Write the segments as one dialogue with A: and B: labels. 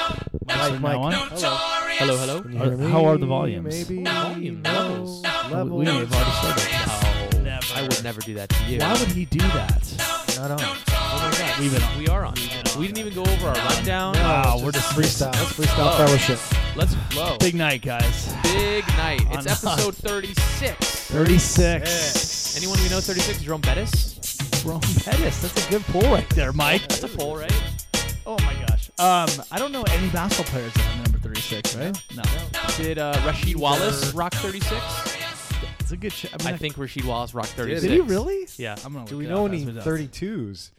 A: Mike,
B: from
A: Mike. uh,
B: now on.
C: Hello, hello.
A: Can you
B: Are-
A: hear me?
B: how are the volumes?
A: Maybe.
C: No. Volumes.
A: No.
B: We- we may have already said it.
C: No,
B: Never.
C: I would never do that to you.
B: Why would he do that?
A: Not on.
C: Oh my God,
B: We've been-
C: we are on. We didn't even go over our rundown.
B: Wow,
A: It's
B: we're
A: just
B: just
A: freestyle. It's freestyle
C: Oh.
A: fellowship.
C: Let's flow.
B: big night, guys.
C: Big night. It's
B: On us.
C: episode 36.
B: Thirty-six.
C: Anyone we know 36? Jerome Bettis?
B: Jerome Pettis. That's a good pull right there, Mike.
C: That's a poll, right?
B: Oh my gosh. Um, I don't know any basketball players that have number thirty-six, right? No.
C: Did uh, Rashid Wallace rock 36?
B: It's a good. Sh- I, mean,
C: I think Rashid Wallace rocked 36.
A: Did he really?
C: Yeah.
B: I'm gonna
A: Do
B: look
A: we
B: it
A: know
B: up
A: any
B: as we-
A: 32s?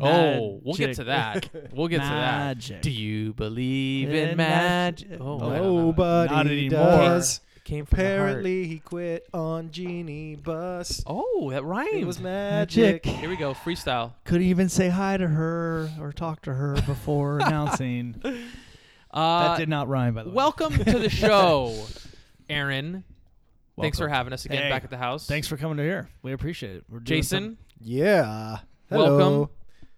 C: Oh, we'll get to
B: Magic.
C: that. We'll get to
B: Magic.
C: that. Do you believe in
B: In
C: magic?
B: magic.
C: Oh, I don't know.
A: Nobody
B: Not anymore.
A: does.
C: It came from the heart.
A: Apparently, he quit on Genie Bus.
C: Oh, that
A: It
C: rhymes.
A: was magic.
C: Here we go, freestyle.
B: Could even say hi to her or talk to her before announcing.
C: Uh,
B: that did not rhyme, by the way.
C: welcome to the show, Aaron. Thanks for
B: Welcome.
C: having us again
B: Hey.
C: back at the house.
B: Thanks for coming to here. We appreciate it. We're doing
C: Jason.
B: something-
A: Yeah.
C: Welcome.
A: Hello.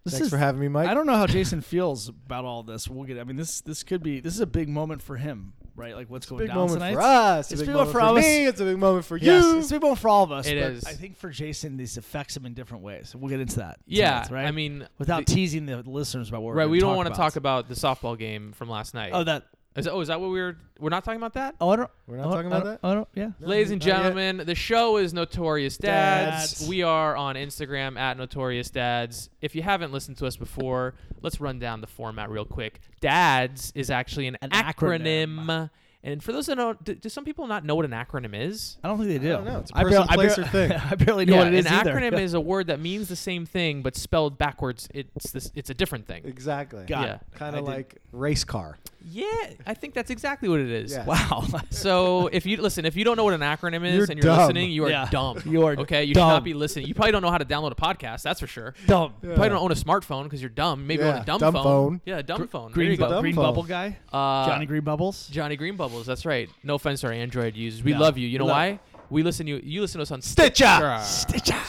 B: This
A: Thanks
B: is,
A: for having me, Mike.
B: I don't know how Jason feels about all this. We'll get. I mean, this this could be. This is a big moment for him, right? Like what's going
A: big
B: down
A: moment
B: tonight.
A: for us.
B: It's
A: a big
B: big
A: moment
B: for
A: for,
B: us.
A: me. It's a big moment for
B: Yes,
A: you.
B: it's a big moment for all of us.
C: It
B: but
C: is.
B: I think for Jason, this affects him in different ways. We'll get into that.
C: Yeah,
B: tonight, right.
C: I mean,
B: without
C: the-
B: teasing the listeners about what we're
C: right.
B: gonna
C: We don't
B: talk
C: want to
B: about.
C: talk about the softball game from last night.
B: Oh, that.
C: Is, oh, is that what we were? We're not talking about that.
B: Oh, I don't.
A: We're not
B: oh,
A: talking
B: I
A: about
B: don't-
A: that?
B: Oh, I don't- yeah.
C: Ladies and
A: Not yet.
C: gentlemen, the show is Notorious Dads.
B: Dads.
C: We are on Instagram at Notorious Dads. If you haven't listened to us before, let's run down the format real quick. Dads is actually an,
B: An
C: acronym.
B: acronym.
C: And for those that don't, do, do some people not know what an acronym is?
B: I don't think they do.
A: I don't know. It's a
B: I barely-
A: person,
B: I
A: place,
B: barely-
A: or thing.
B: I barely know what it is
C: an
B: either.
C: acronym is a word that means the same thing but spelled backwards. It's this, it's a different thing.
A: Exactly.
B: Got
C: Yeah.
B: it.
A: Kind
B: I
A: of
B: did-
A: like race car.
C: Yeah, I think that's exactly what it is.
A: Yeah.
B: Wow.
C: So if you listen, if you don't know what an acronym is
A: You're
C: and you're
A: dumb.
C: listening, you are
B: Yeah.
C: dumb.
B: You are
C: okay. You should not
B: dumb.
C: be listening. You probably don't know how to download a podcast. That's for sure.
B: Dumb.
A: Yeah.
C: You probably don't own a smartphone because you're dumb. Maybe you own
A: Yeah,
C: a dumb,
A: dumb
C: phone.
A: phone.
C: Yeah, a dumb phone. There
B: Green,
C: you
B: bu-
C: go.
A: Dumb
B: green
A: phone.
B: bubble guy.
C: Uh,
B: Johnny Green Bubbles.
C: Johnny Green Bubbles. That's right. No offense to our Android users. We
B: No.
C: love you. You know
B: Love-
C: why? We listen to you. You listen to us on
B: Stitcher.
C: Stitcher.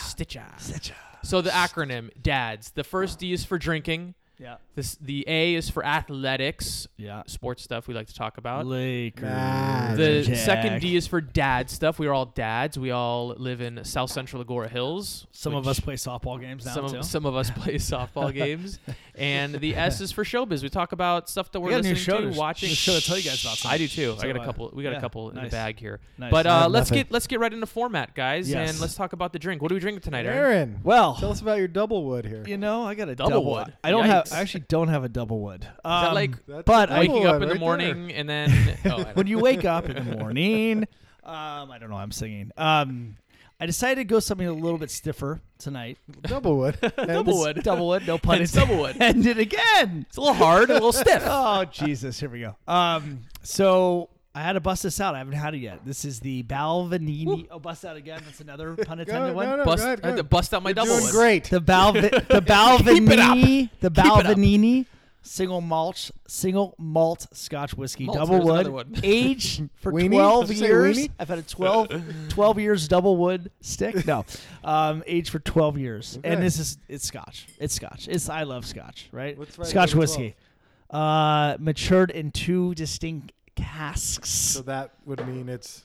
C: Stitcher. So the acronym DADS. The first D is for drinking.
B: Yeah.
C: This the A is for athletics,
B: Yeah.
C: sports stuff we like to talk about.
B: Lakers.
C: The second D is for dad stuff. We are all dads. We all live in South Central Agora Hills.
B: Some of
C: which-
B: us play softball games now
C: some
B: too.
C: of, some of us play softball games, and the S is for showbiz. We talk about stuff that we're
B: we got a
C: listening
B: new show
C: to,
B: to
C: watching.
B: a show to tell you guys about.
C: I do too. I
B: So,
C: got a
B: uh,
C: couple. We got a
B: yeah,
C: couple in
B: nice.
C: the bag here.
B: Nice.
C: But
A: I have
C: uh, let's
A: nothing.
C: get let's get right into format, guys,
B: Yes.
C: and let's talk about the drink. What are we drinking tonight, Aaron?
A: Aaron,
B: Well,
A: tell us about your double wood here.
B: you know, I got a
C: Double
B: double,
C: wood.
B: I don't have.
C: Yikes.
B: I actually don't have a double wood. Um,
C: Is that like
A: That's
B: But
A: double
B: I-
C: waking up
A: wood
C: in the
A: right
C: morning and then? Oh, I know.
B: when you wake up in the morning. Um, I don't know. I'm singing. Um, I decided to go something a little bit stiffer tonight.
A: there. Double wood.
B: Double wood. Double wood. No pun
C: Hence
B: intended.
C: double wood.
B: And it again.
C: it's a little hard, a little stiff.
B: oh Jesus! Here we go. Um, so I had to bust this out. I haven't had it yet. This is the Balvanini. Oh, bust out again. That's another pun
A: Go,
B: intended
A: no,
B: one. uh,
A: no,
C: Bust,
A: go ahead,
C: I
A: go
C: had to
A: ahead.
C: bust out my double
A: Doing
C: ones.
A: great.
B: The Balvi- the
C: it up.
B: Balvanini, the
C: Keep it up.
B: Balvanini single malt single malt Scotch whiskey,
C: Malt,
B: double
C: there's another
B: wood,
C: one.
B: aged for
A: Weenie?
B: twelve
A: Did you say
B: years.
A: weenie?
B: I've had a 12, 12 years double wood stick. No, um, aged for twelve years,
A: Okay.
B: and this is it's Scotch. It's Scotch. It's I love Scotch. Right,
A: What's right
B: Scotch
A: number
B: whiskey, uh, matured in two distinct casks.
A: So that would mean it's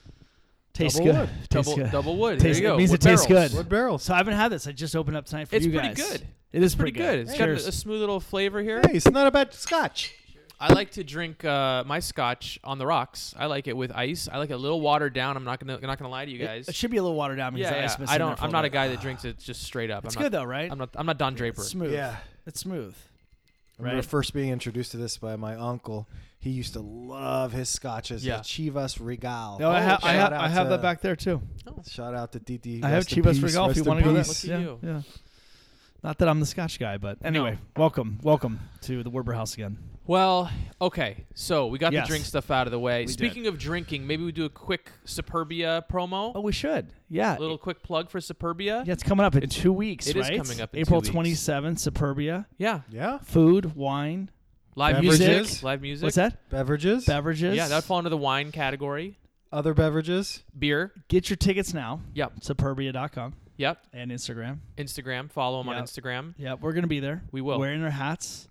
B: tastes
A: double
B: good.
A: wood.
B: Tastes
C: double,
B: good.
C: double wood.
B: Tastes-
C: there you go.
B: it means
C: Wood
B: it tastes
C: barrels.
B: good.
A: wood barrels.
B: So I haven't had this. I just opened up tonight for
C: It's
B: you
C: pretty
B: guys.
C: good.
B: It is
C: Pretty good. It's got a,
B: Cheers.
C: a smooth little flavor here.
A: Hey, it's not a bad scotch.
C: I like to drink uh, my scotch on the rocks. I like it with ice. I like it a little watered down. I'm not gonna I'm not gonna lie to you
B: It-
C: guys.
B: It, should be a little watered down because
C: yeah,
B: the
C: yeah.
B: ice mix
C: I
B: in there
C: don't.
B: for
C: I'm not a
B: little
C: guy that drinks it just straight up.
B: bit. It's
C: I'm
B: good
C: not,
B: though, right?
C: I'm not. I'm not Don Draper.
B: It's smooth.
A: Yeah.
B: It's smooth.
A: I remember
B: Right.
A: first being introduced to this by my uncle. He used to love his scotches.
C: Yeah.
A: The Chivas Regal.
B: No, I, ha- I,
C: Oh, shout
B: ha-
A: out
B: I have
A: to-
B: that back there too.
A: Shout out to Titi.
B: I have
A: Rest in
B: Chivas
A: peace,
B: Regal if
A: rest
B: you
A: in
B: want to go there.
C: there.
A: peace.
C: Look at
B: yeah,
C: you.
B: yeah. Not that I'm the Scotch guy, but anyway, welcome, welcome to the Werber House again.
C: Well, okay. So we got
B: Yes.
C: the drink stuff out of the way.
B: We did.
C: Speaking of drinking, maybe we do a quick Superbia promo.
B: Oh, we should. Yeah.
C: A little quick plug for Superbia.
B: yeah, it's coming up in two weeks.
C: it is
B: right?
C: coming up in
B: April
C: two weeks.
B: twenty seventh. Superbia,
C: Yeah.
A: Yeah.
B: food, wine.
C: Live
A: Beverages.
C: music. Live music.
B: What's that?
A: Beverages.
B: Beverages.
C: Yeah, that would fall under the wine category.
A: Other beverages.
C: Beer.
B: Get your tickets now.
C: Yep.
B: Superbia.com
C: Yep.
B: and Instagram.
C: Instagram. Follow him on
B: Yep.
C: Instagram.
B: Yeah, we're gonna be there.
C: We will.
B: wearing our hats.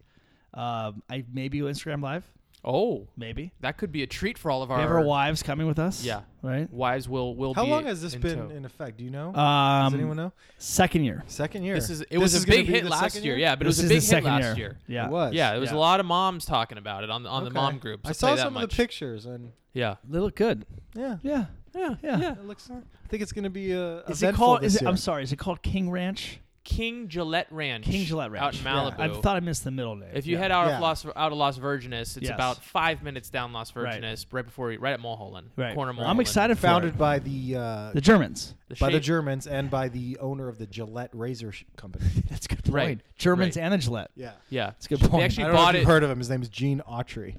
B: Um, I maybe go Instagram live.
C: Oh,
B: maybe.
C: that could be a treat for all of
B: We
C: our.
B: have our wives coming with us.
C: Yeah.
B: Right?
C: wives will will.
A: How
C: be
A: long has this
C: in
A: been
C: tow.
A: in effect? Do you know?
B: Um,
A: Does anyone know?
B: Second year.
A: Second year.
C: This is it
A: This
C: was
A: is
C: a
A: gonna
C: big
A: be
C: hit
A: the
C: last
A: second
C: year. Yeah,
B: This
C: but it
B: is
C: was a
B: the
C: big hit
B: second
C: last
B: year.
C: year.
B: Yeah.
A: It was.
C: Yeah, there was
B: Yeah.
C: a lot of moms talking about it on the, on the
A: Okay.
C: mom groups.
A: I saw some of the pictures and
C: Yeah.
B: They look good.
A: yeah,
B: Yeah.
C: Yeah,
B: Yeah.
A: it looks. I think it's gonna be a.
B: Is it
A: eventful
B: called? Is
A: this
B: it, I'm
A: year.
B: sorry. Is it called King Ranch?
C: King Gillette Ranch.
B: King Gillette Ranch.
C: out in
A: Yeah.
C: Malibu.
B: I thought I missed the middle name.
C: if you
B: Yeah.
C: head out
A: Yeah.
C: of Las out of Las Virgenes, it's
B: Yes.
C: about five minutes down Las
B: Right.
C: Virgenes, right, before you, right at Mulholland,
B: Right.
C: corner of Mulholland.
B: I'm excited for
A: Founded
B: it.
A: by the, uh,
B: the Germans.
C: The
A: by the
C: shape-
A: Germans and by the owner of the Gillette razor sh- company.
B: That's a good point.
C: Right.
B: Germans
C: Right.
B: and the Gillette,
A: Yeah,
C: yeah,
B: That's a good
C: They
B: point.
A: I
C: actually
A: don't know if
C: bought
A: you've
C: it.
A: heard of him. His name is Gene Autry.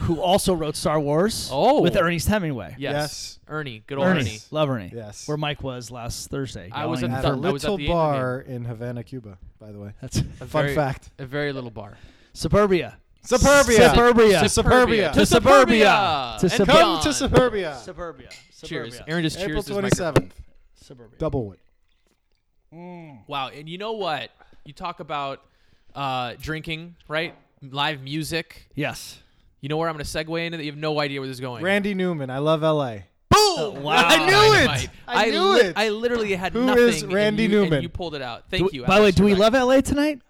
B: who also wrote Star Wars.
C: Oh.
B: with Ernest Hemingway.
A: Yes.
C: Yes. Ernie, good old
B: Ernie,
C: Ernie.
A: Ernie.
B: love Ernie.
A: Yes.
B: where Mike was last Thursday.
C: I was
B: yelling
C: at
A: At
C: the-
A: a
C: I was at
A: little
C: the interview.
A: bar in Havana, Cuba. By the way,
B: That's
C: A
A: fun
C: very-
A: fact.
C: A very little bar.
B: suburbia.
A: Suburbia.
B: Suburbia.
A: To suburbia.
C: To
B: To
C: suburbia.
B: suburbia. To
C: And
B: sub-
A: Come
C: beyond.
A: to suburbia.
B: Suburbia.
C: Cheers.
B: Suburbia.
C: Aaron just
A: April
C: cheers his
A: twenty
C: microphone.
A: seventh.
B: Suburbia.
A: Double wood.
C: Wow, and you know what? You talk about uh, drinking, right? Live music.
B: Yes.
C: You know where I'm going to segue into that? You have no idea where this is going.
A: Randy Newman. I love L.A.
C: Boom!
B: wow.
C: I knew it.
A: I knew it.
C: I literally had
A: Who
C: nothing.
A: is
C: and
A: Randy
C: you-
A: Newman?
C: And you pulled it out.
B: Do
C: Thank
B: we- By
C: you.
B: the way,
C: Alex,
B: do we
C: for that.
B: love LA tonight?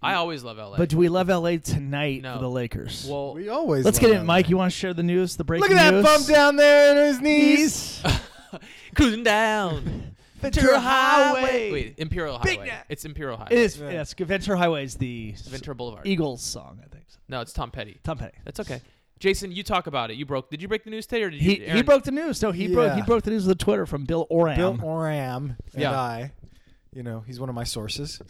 C: I always love LA.
B: But do we love LA tonight
C: No.
B: for the Lakers?
C: well,
A: We always.
B: Let's
A: love
B: get it,
A: LA.
B: Mike. You want to share the news, the breaking
A: Look at that
B: news?
A: bum down there on his knees.
B: Ease.
C: cruising down
B: Ventura Highway.
C: Wait, Imperial
B: Big
C: Highway.
B: Nat.
C: It's Imperial Highway.
B: It is.
A: Yeah.
B: Yes, Ventura Highway is the s-
C: Ventura Boulevard.
B: Eagles song, I think.
C: No, it's Tom Petty.
B: Tom Petty.
C: That's okay. Jason, you talk about it. You broke. Did you break the news today, or did you?
B: He, he
C: Aaron-
B: broke the news. No, he broke he
A: Yeah.
B: broke the news with Twitter from Bill Oram.
A: Bill Oram and
C: Yeah.
A: I, you know, he's one of my sources,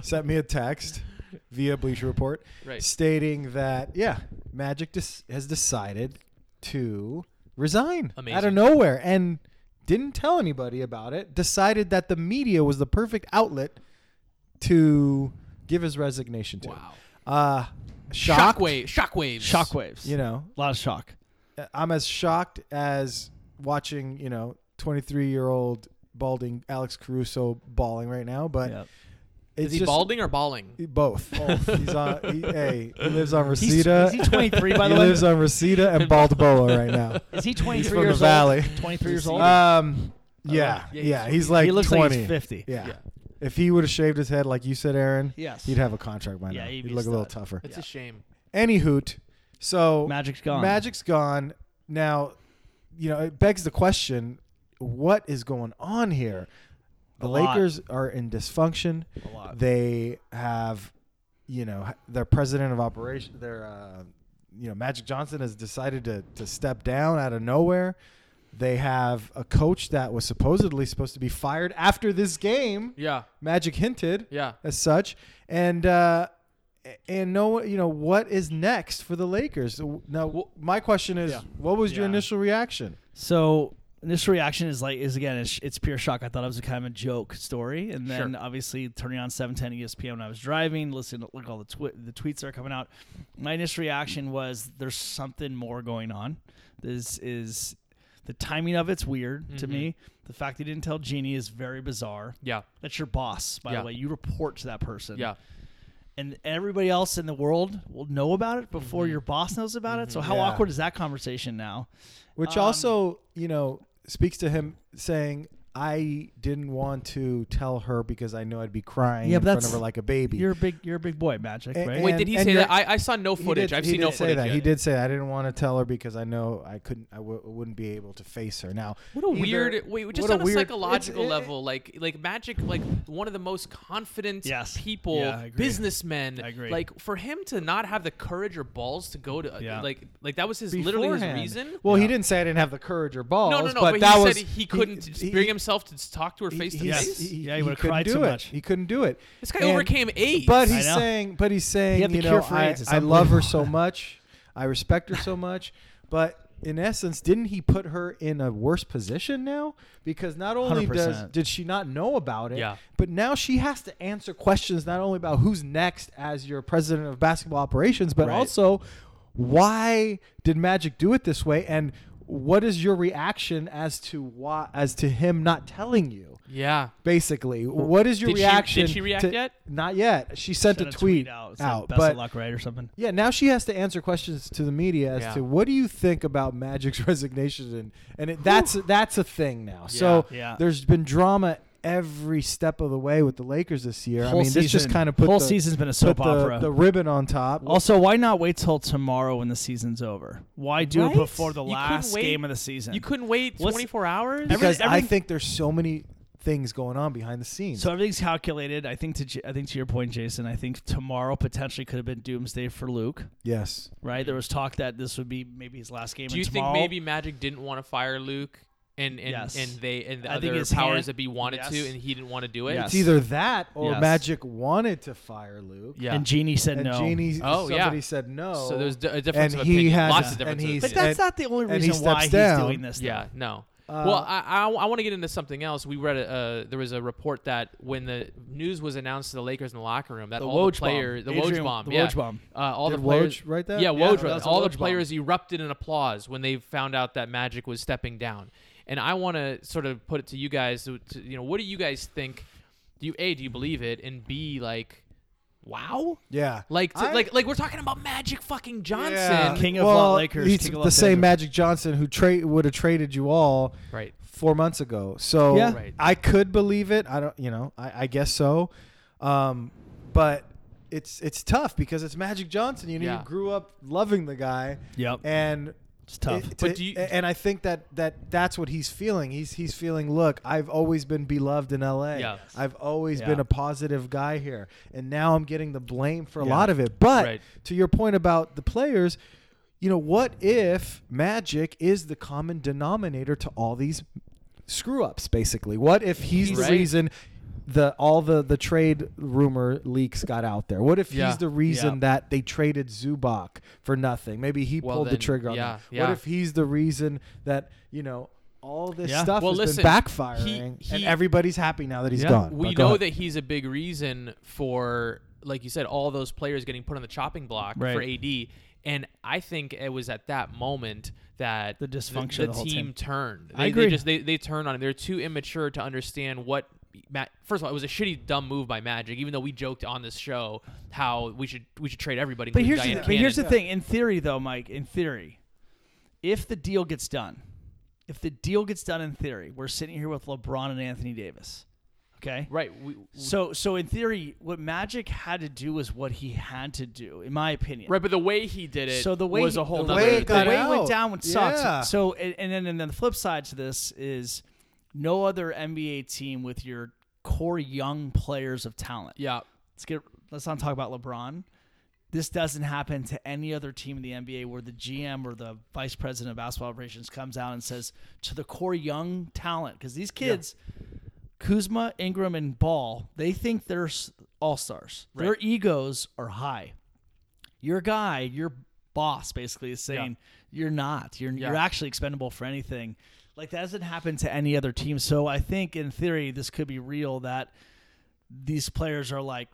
A: sent me a text via Bleacher Report
C: Right.
A: stating that, yeah, Magic dis- has decided to resign out
C: Amazing.
A: of nowhere and didn't tell anybody about it. Decided that the media was the perfect outlet to give his resignation to.
C: Wow.
A: Uh, shocked,
C: Shockwave. Shockwaves.
B: Shockwaves.
A: You know,
B: a lot of shock.
A: uh, I'm as shocked as watching, you know, 23 year old balding Alex Caruso bawling right now. But
B: Yep.
A: it's
C: Is he
A: just-
C: balding or balling?
A: Both. both. He's on. He, hey, he lives on
B: He's,
A: Reseda.
B: is he 23 by
A: he
B: the way?
A: lives on Reseda and Baldboa right now.
B: Is he
A: He's
B: 23
A: from
B: years
A: the Valley.
B: old? 23 years old. Oh,
A: Um. Yeah.
C: Yeah,
A: Yeah.
C: he's-
A: He's like
B: he looks
A: 20.
B: like he's 50.
A: Yeah.
C: Yeah.
A: If he would have shaved his head like you said, Aaron,
B: Yes.
A: he'd have a contract by
B: Yeah,
A: now.
B: he'd
A: He'd
B: be
A: look a little
B: stud.
A: tougher.
C: It's a shame.
A: Any hoot. So
B: Magic's gone.
A: Magic's gone. Now, you know, it begs the question what is going on here? The
B: A lot.
A: Lakers are in dysfunction.
B: A lot.
A: They have, you know, h- their president of operation, their, uh, you know, Magic Johnson has decided to, to step down out of nowhere. They have a coach that was supposedly supposed to be fired after this game.
C: Yeah.
A: Magic hinted
C: Yeah.
A: as such, and uh, and no, you know what is next for the Lakers? Now, my question is,
B: Yeah.
A: what was your
B: Yeah.
A: initial reaction?
B: So initial reaction is like is again it's, it's pure shock. I thought it was a kind of a joke story, and then
C: Sure.
B: obviously turning on E 710 ESPN when I was driving, listening to look all the twi- the tweets that are coming out. My initial reaction was there's something more going on. This is the timing of it's weird to
C: Mm-hmm.
B: me. The fact they didn't tell Jeannie is very bizarre.
C: Yeah.
B: That's your boss, by
C: Yeah.
B: the way. You report to that person
C: Yeah.
B: and everybody else in the world will know about it before
C: Mm-hmm.
B: your boss knows about it. So how
A: Yeah.
B: awkward is that conversation now?
A: Which
C: Um,
A: also, you know, speaks to him saying, "I didn't want to tell her because I knew I'd be crying
B: Yeah,
A: in
B: but
A: front of
B: that's-
A: her like a baby."
B: You're a big, you're a big boy, Magic,
A: A-
B: right?
A: and-
C: Wait, did he
A: and
C: say
A: you're-
C: that? I, I saw no
A: He
C: footage.
A: did-
C: I've
A: he
C: seen no
A: did say
C: footage.
A: That.
C: yet.
A: He did say that. I didn't want to tell her because I know I couldn't. I w- wouldn't be able to face her now.
C: What a
A: either-
C: weird wait, just
A: what a
C: on a
A: weird-
C: psychological
A: it's- it-
C: level, like like magic, like one of the most confident
B: Yes.
C: people,
B: Yeah, I agree.
C: businessmen.
B: I agree.
C: Like for him to not have the courage or balls to go to uh,
B: Yeah.
C: like like that was his literally his
A: beforehand.
C: reason.
A: Well, he
B: Yeah.
A: didn't say I didn't have the courage or balls.
C: no, no, no.
A: But,
C: But,
A: that
C: he
A: was
C: said he couldn't
A: he-
C: bring
A: he-
C: himself to talk to her face to
A: he-
B: he's-
C: face.
B: Yes. Yeah, he would've
A: couldn't
B: cried
A: do
B: so
A: it.
B: much.
A: He couldn't do it.
C: This guy
A: And-
C: overcame AIDS.
A: But
B: I
A: he's
B: know.
A: saying, but he's saying,
B: had the
A: you
B: cure
A: know,
B: for
A: I,
B: AIDS. It's
A: I love her
B: unbelievable."
A: so much, I respect her so much, but in essence, didn't he put her in a worse position now? Because not only does
B: 100%.
A: did she not know about it,
C: Yeah.
A: but now she has to answer questions not only about who's next as your president of basketball operations, but
B: Right.
A: also why did Magic do it this way and what is your reaction as to why as to him not telling you?
C: Yeah.
A: Basically, what is your
C: Did she- did
A: reaction?
C: she react
A: to-
C: yet?
A: Not yet. She sent
B: Sent
A: a tweet,
B: out,
A: out,
B: it's like, best
A: but
B: of luck, right, or something.
A: yeah, now she has to answer questions to the media as
C: Yeah.
A: to what do you think about Magic's resignation, and and it, that's that's a thing now. So
B: Yeah. Yeah.
A: there's been drama every step of the way with the Lakers this year. I
B: Whole
A: mean, this just
B: season-
A: kind of put
B: whole
A: the,
B: season's been a
A: put
B: soap
A: the-
B: opera.
A: The ribbon on top.
B: Also, why not wait till tomorrow when the season's over? Why do
C: Right?
B: it before the
C: You couldn't
B: last
C: wait-
B: game of the season?
C: You couldn't wait
B: What's-
C: 24 hours?
B: every-
A: because I
B: everything-
A: think there's so many things going on behind the scenes.
B: So everything's calculated. I think to J- I think to your point, Jason. I think tomorrow potentially could have been doomsday for Luke.
A: yes,
B: Right? There was talk that this would be maybe his last game.
C: Do
B: and
C: you
B: tomorrow-
C: think maybe Magic didn't want to fire Luke and and,
B: Yes.
C: and they and the
B: I think
C: other
B: his
C: powers
B: hand-
C: that be wanted to
B: Yes.
C: and he didn't want to do it?
B: Yes.
A: it's either that or
B: Yes.
A: Magic wanted to fire Luke,
C: Yeah.
B: And Jeannie said
A: and
B: no.
A: Jeannie
C: Oh, yeah.
A: somebody said no.
C: so there's d- a difference
A: and
C: of
A: he
C: opinion.
A: has-
C: Lots
B: and
C: of difference.
A: he's-
C: of
B: but
C: opinion.
A: and-
B: that's not the only
A: and he
B: reason why
A: steps down.
B: he's doing this. though.
C: Yeah, no.
A: Uh,
C: well, I, I, I want to get into something else. We read a, uh, there was a report that when the news was announced to the Lakers in the locker room, that
B: The
C: all
B: Woj
C: the
B: bomb.
C: players, the
B: Adrian-
C: Woj bomb,
B: the
C: yeah,
B: Woj bomb.
C: uh, all
A: Did
C: the players,
A: Woj write that?
C: yeah,
A: Yeah,
C: Woj,
A: that
C: wrote
B: was
C: that.
B: a
C: all the
B: Woj bomb.
C: players erupted in applause when they found out that Magic was stepping down. And I want to sort of put it to you guys, to, to- you know, what do you guys think? Do you a do you believe it, and b like, wow,
A: yeah,
C: like to,
A: I-
C: like like we're talking about Magic fucking Johnson,
A: Yeah.
B: King of
A: well,
B: Lot Lakers,
A: He's
B: King of
A: the
B: Los
A: same
B: Angeles.
A: Magic Johnson who tra- would have traded you all
C: right?
A: four months ago. So
B: Yeah.
C: Right.
A: I could believe it. I don't, you know, I, I guess so. Um, but it's it's tough because it's Magic Johnson. You know,
C: Yeah.
A: you grew up loving the guy.
B: Yep.
A: And
B: It's tough.
A: it-
C: But
A: it-
C: do you-
A: and I think that that that's what he's feeling. He's he's feeling. Look, I've always been beloved in L.A.
C: Yeah.
A: I've always
B: Yeah.
A: been a positive guy here, and now I'm getting the blame for a
B: Yeah.
A: lot of it. But
C: Right.
A: to your point about the players, you know, what if Magic is the common denominator to all these screw ups? Basically, what if he's
C: Right.
A: the reason? The all the the trade rumor leaks got out there. What if
C: Yeah.
A: he's the reason
B: Yeah.
A: that they traded Zubac for nothing? Maybe he
C: Well,
A: pulled the
C: then,
A: trigger on
C: yeah,
A: that. What
C: yeah.
A: if he's the reason that you know all this
B: Yeah.
A: stuff
C: Well,
A: has
C: listen,
A: been backfiring,
C: he-
A: and
C: he-
A: everybody's happy now that he's
B: Yeah.
A: gone.
C: we
A: But go
C: know
A: ahead.
C: that he's a big reason for like you said all those players getting put on the chopping block for
B: Right.
C: AD and I think it was at that moment that
B: The dysfunction of the whole
C: team
B: team.
C: turned they,
B: I
C: they
B: agree.
C: just they, they turned on him they're too immature to understand what Ma- first of all it was a shitty dumb move by Magic even though we joked on this show how we should we should trade everybody
B: But
C: including
B: here's the,
C: Diana
B: but here's the
C: Cannon.
B: thing. In theory, though, Mike, in theory, if the deal gets done, if the deal gets done in theory, we're sitting here with LeBron and Anthony Davis. Okay.
C: right we,
B: So, so in theory, what Magic had to do was what he had to do, in my opinion.
C: right but the way he did it
B: So the way
C: was
B: he-
C: a whole
B: the
C: nother
B: way,
A: it
B: the
A: got
B: way
C: thing.
B: it went
A: out.
B: down would suck.
A: Yeah.
B: So and, and then and then the flip side to this is no other NBA team with your core young players of talent
C: yeah
B: let's get let's not talk about LeBron. This doesn't happen to any other team in the NBA where the GM or the vice president of basketball operations comes out and says to the core young talent because these kids, Kuzma, Ingram, and Ball, they think they're all stars. Their
C: Right.
B: egos are high. Your guy, your boss, basically is saying you're not. You're
C: Yeah.
B: you're actually expendable for anything. Like that doesn't happen to any other team. So I think in theory this could be real that these players are like,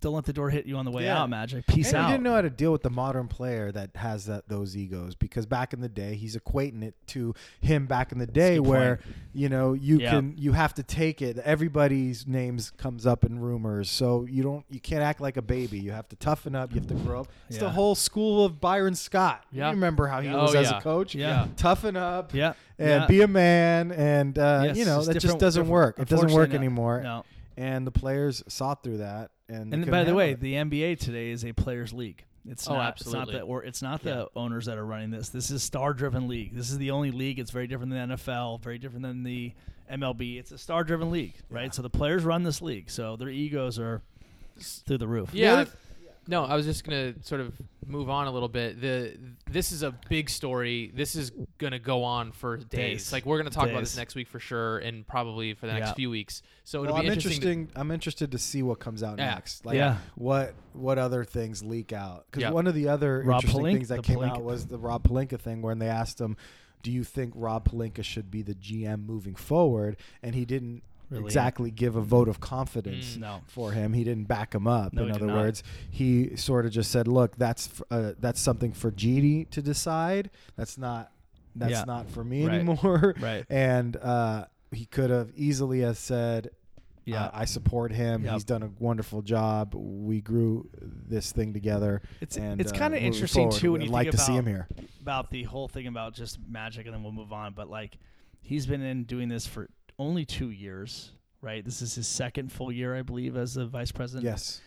B: don't let the door hit you on the way
A: Yeah.
B: out, Magic. Peace
A: and
B: out.
A: he didn't know how to deal with the modern player that has that those egos because back in the day he's equating it to him back in the day
B: good
A: where you know you
B: Yeah.
A: can you have to take it everybody's names comes up in rumors so you don't you can't act like a baby you have to toughen up you have to grow up it's the
B: Yeah.
A: whole school of Byron Scott
C: Yeah.
A: you remember how he
C: Yeah.
A: was
C: Oh,
A: as
C: yeah.
A: a coach
B: Yeah.
A: toughen up
B: yeah,
A: and
B: yeah.
A: be a man and uh,
B: Yes,
A: you know
B: it's
A: that just
B: different-
A: doesn't
B: different-
A: work it doesn't work
B: unfortunately not.
A: anymore
B: No.
A: and the players saw through that and they couldn't
B: And by the
A: handle
B: way,
A: it.
B: the NBA today is a players' league. It's
C: Oh,
B: not. It's
C: absolutely.
B: not the or it's not
C: Yeah.
B: the owners that are running this. This is star-driven league. This is the only league. It's very different than the NFL. Very different than the MLB. It's a star-driven league, right? So the players run this league. So their egos are through the roof.
C: Yeah.
A: other-
C: no, I was just gonna sort of move on a little bit. The this is a big story. This is gonna go on for days.
B: Days.
C: Like we're gonna talk about this
B: Days.
C: next week for sure, and probably for the next
B: Yeah.
C: few weeks. So it'll
A: Well,
C: be
A: I'm
C: interesting. to-
A: interesting. I'm interested to see what comes out
C: Yeah.
A: next. Like
B: Yeah.
A: what what other things leak out? Because
C: Yeah.
A: one of the other
B: Rob
A: interesting
B: Pelinka-
A: things
B: the
A: that came
B: Pelinka-
A: out was the Rob Palinka thing, when they asked him, "Do you think Rob Palinka should be the GM moving forward?" And he didn't
B: Really?
A: exactly give a vote of confidence
C: Mm.
B: No.
A: for him. He didn't back him up.
B: No,
A: in
B: he did
A: other
B: not.
A: words, he sort of just said, "Look, that's f- uh, that's something for Genie to decide. That's not." That's
B: Yeah.
A: not for me
B: Right.
A: anymore.
B: Right.
A: And uh, he could have easily have said,
B: Yeah.
A: uh, I support him.
B: Yep.
A: He's done a wonderful job. We grew this thing together.
B: It's-
A: and,
B: it's
A: uh,
B: kinda
A: moving
B: interesting,
A: forward.
B: too, when
A: I'd
B: you
A: like
B: think
A: to see him
B: about-
A: here.
B: about the whole thing about just magic and then we'll move on but like he's been in doing this for only two years right this is his second full year i believe as the vice president
A: Yes.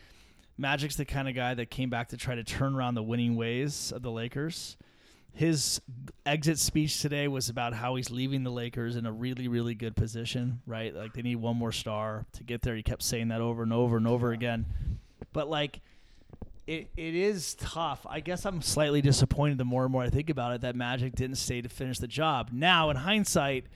B: magic's the kind of guy that came back to try to turn around the winning ways of the lakers his exit speech today was about how he's leaving the lakers in a really really good position right like they need one more star to get there he kept saying that over and over and over again but like it, it is tough. I guess I'm slightly disappointed the more and more I think about it that Magic didn't stay to finish the job. Now, in hindsight,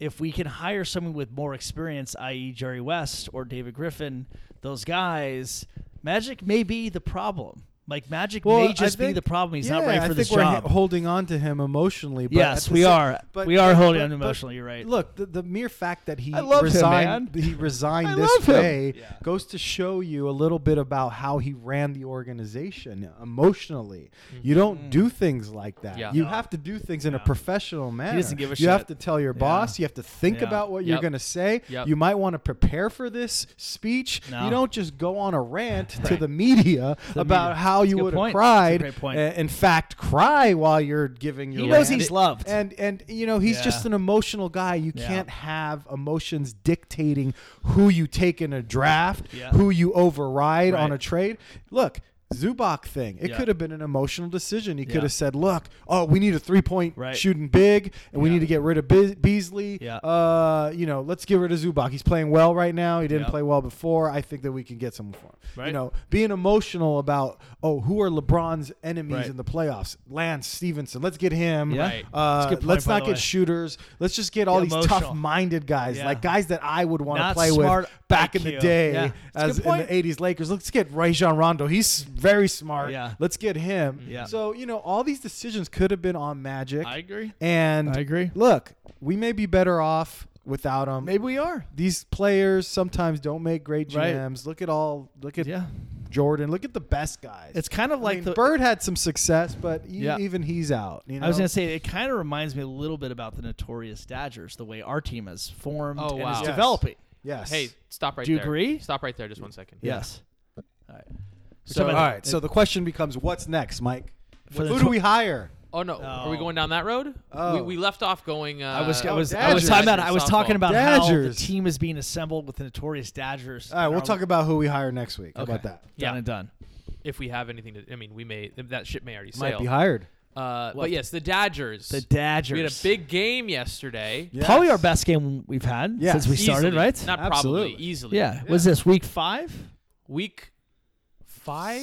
B: if we can hire someone with more experience, i.e., Jerry West or David Griffin, those guys, Magic may be the problem. Like Magic may just be the problem. He's not right for
A: I
B: this
A: think we're
B: job.
A: h- holding on to him emotionally. But
B: Yes,
A: at the
B: we
A: sa-
B: are.
A: But,
B: We are
A: but-
B: holding on
A: but-
B: emotionally,
A: but
B: you're right.
A: Look, the, the mere fact that he
B: I love him,
A: resigned,
B: man.
A: he resigned
B: I
A: this
B: love him.
A: way
B: Yeah.
A: goes to show you a little bit about how he ran the organization emotionally. You don't do things like that.
C: Yeah.
A: You
B: No.
A: have to do things in a
B: Mm-hmm. Yeah.
A: professional manner.
B: give a
A: you
B: shit.
A: have to tell your
B: Yeah.
A: boss. You have to think
B: Yeah.
A: about what you're
C: Yep.
A: going to say.
C: Yep.
A: You might want to prepare for this speech.
B: No.
A: You don't just go on a rant to
B: Right.
A: the media
B: the
A: about
B: media.
A: how
B: a
A: you
B: good
A: would have
B: point. It's a
A: cried.
B: great point.
A: a- in fact cry while you're giving your
B: He knows
A: rant.
B: he's loved.
A: and and you know he's
B: Yeah.
A: just an emotional guy you
B: Yeah.
A: can't have emotions dictating who you take in a draft
B: Yeah.
A: who you override on
B: Right.
A: a trade look Zubac thing. It
B: Yeah.
A: could have been an emotional decision. He
B: Yeah.
A: could have said, "Look, oh, we need a three-point
B: Right.
A: shooting big, and we
B: Yeah.
A: need to get rid of Be- Beasley.
B: Yeah.
A: Uh, you know, let's get rid of Zubac. He's playing well right now. He didn't
B: Yeah.
A: play well before. I think that we can get someone for him.
B: Right.
A: You know, being emotional about oh, who are LeBron's enemies
B: Right.
A: in the playoffs? Lance Stevenson. Let's get him.
B: Yeah. Right.
A: Uh,
B: That's a good point,
A: let's
B: by
A: not
B: the
A: get
B: way.
A: shooters. Let's just get all
B: Get
A: these
B: emotional.
A: tough-minded guys,
B: Yeah.
A: like guys that I would want to
B: Not
A: play
B: smart
A: with back in the
B: IQ.
A: day
B: Yeah. That's
A: as
B: a
A: in
B: good
A: the '80s Lakers. Let's get Rajon Rondo. He's very smart.
B: Yeah.
A: Let's get him.
B: Yeah.
A: So you know, all these decisions could have been on Magic.
B: agree.
A: and
B: I agree.
A: Look, we may be better off without him.
B: Maybe we are.
A: These players sometimes don't make great
B: Right.
A: GMs. Look at all. Look at
B: Yeah.
A: Jordan. Look at the best guys.
B: It's kind of
A: I
B: like
A: mean,
B: the
A: Bird had some success, but e-
B: Yeah.
A: even he's out. You know?
B: I was gonna say it kind of reminds me a little bit about the Notorious Dodgers, the way our team has formed
C: Oh,
B: and
C: wow.
B: is
C: Yes.
B: developing.
A: yes.
C: Hey, stop right
B: Do you
C: there.
B: agree?
C: Stop right there just one second.
B: Yes. All right.
A: So all
B: Somebody-
A: right. So the question becomes, what's next, Mike?
B: For the
A: Who
B: tw-
A: do we hire?
C: Oh no, are we
B: Oh.
C: going down that road? We,
A: Oh.
C: we left off going. Uh,
B: I was I
A: Oh,
B: was I was talking about I was talking about how the
A: Dodgers.
B: team is being assembled with the Notorious Dodgers.
A: All right,
B: and
A: we'll
B: our-
A: talk about who we hire next week. How about
B: Okay.
A: that?
B: Done
C: Yeah.
B: and done.
C: if we have anything to. I mean, we may that ship may already
A: Might
C: sail.
A: be hired.
C: Uh,
B: Well,
C: but yes, the Dodgers.
B: The Dodgers.
C: We had a big game yesterday.
A: Yes.
B: probably our best game we've had
A: Yes.
B: since we started,
C: Easily.
B: right?
C: Not
A: Absolutely.
C: probably easily.
B: yeah. Was this week five?
C: Week five.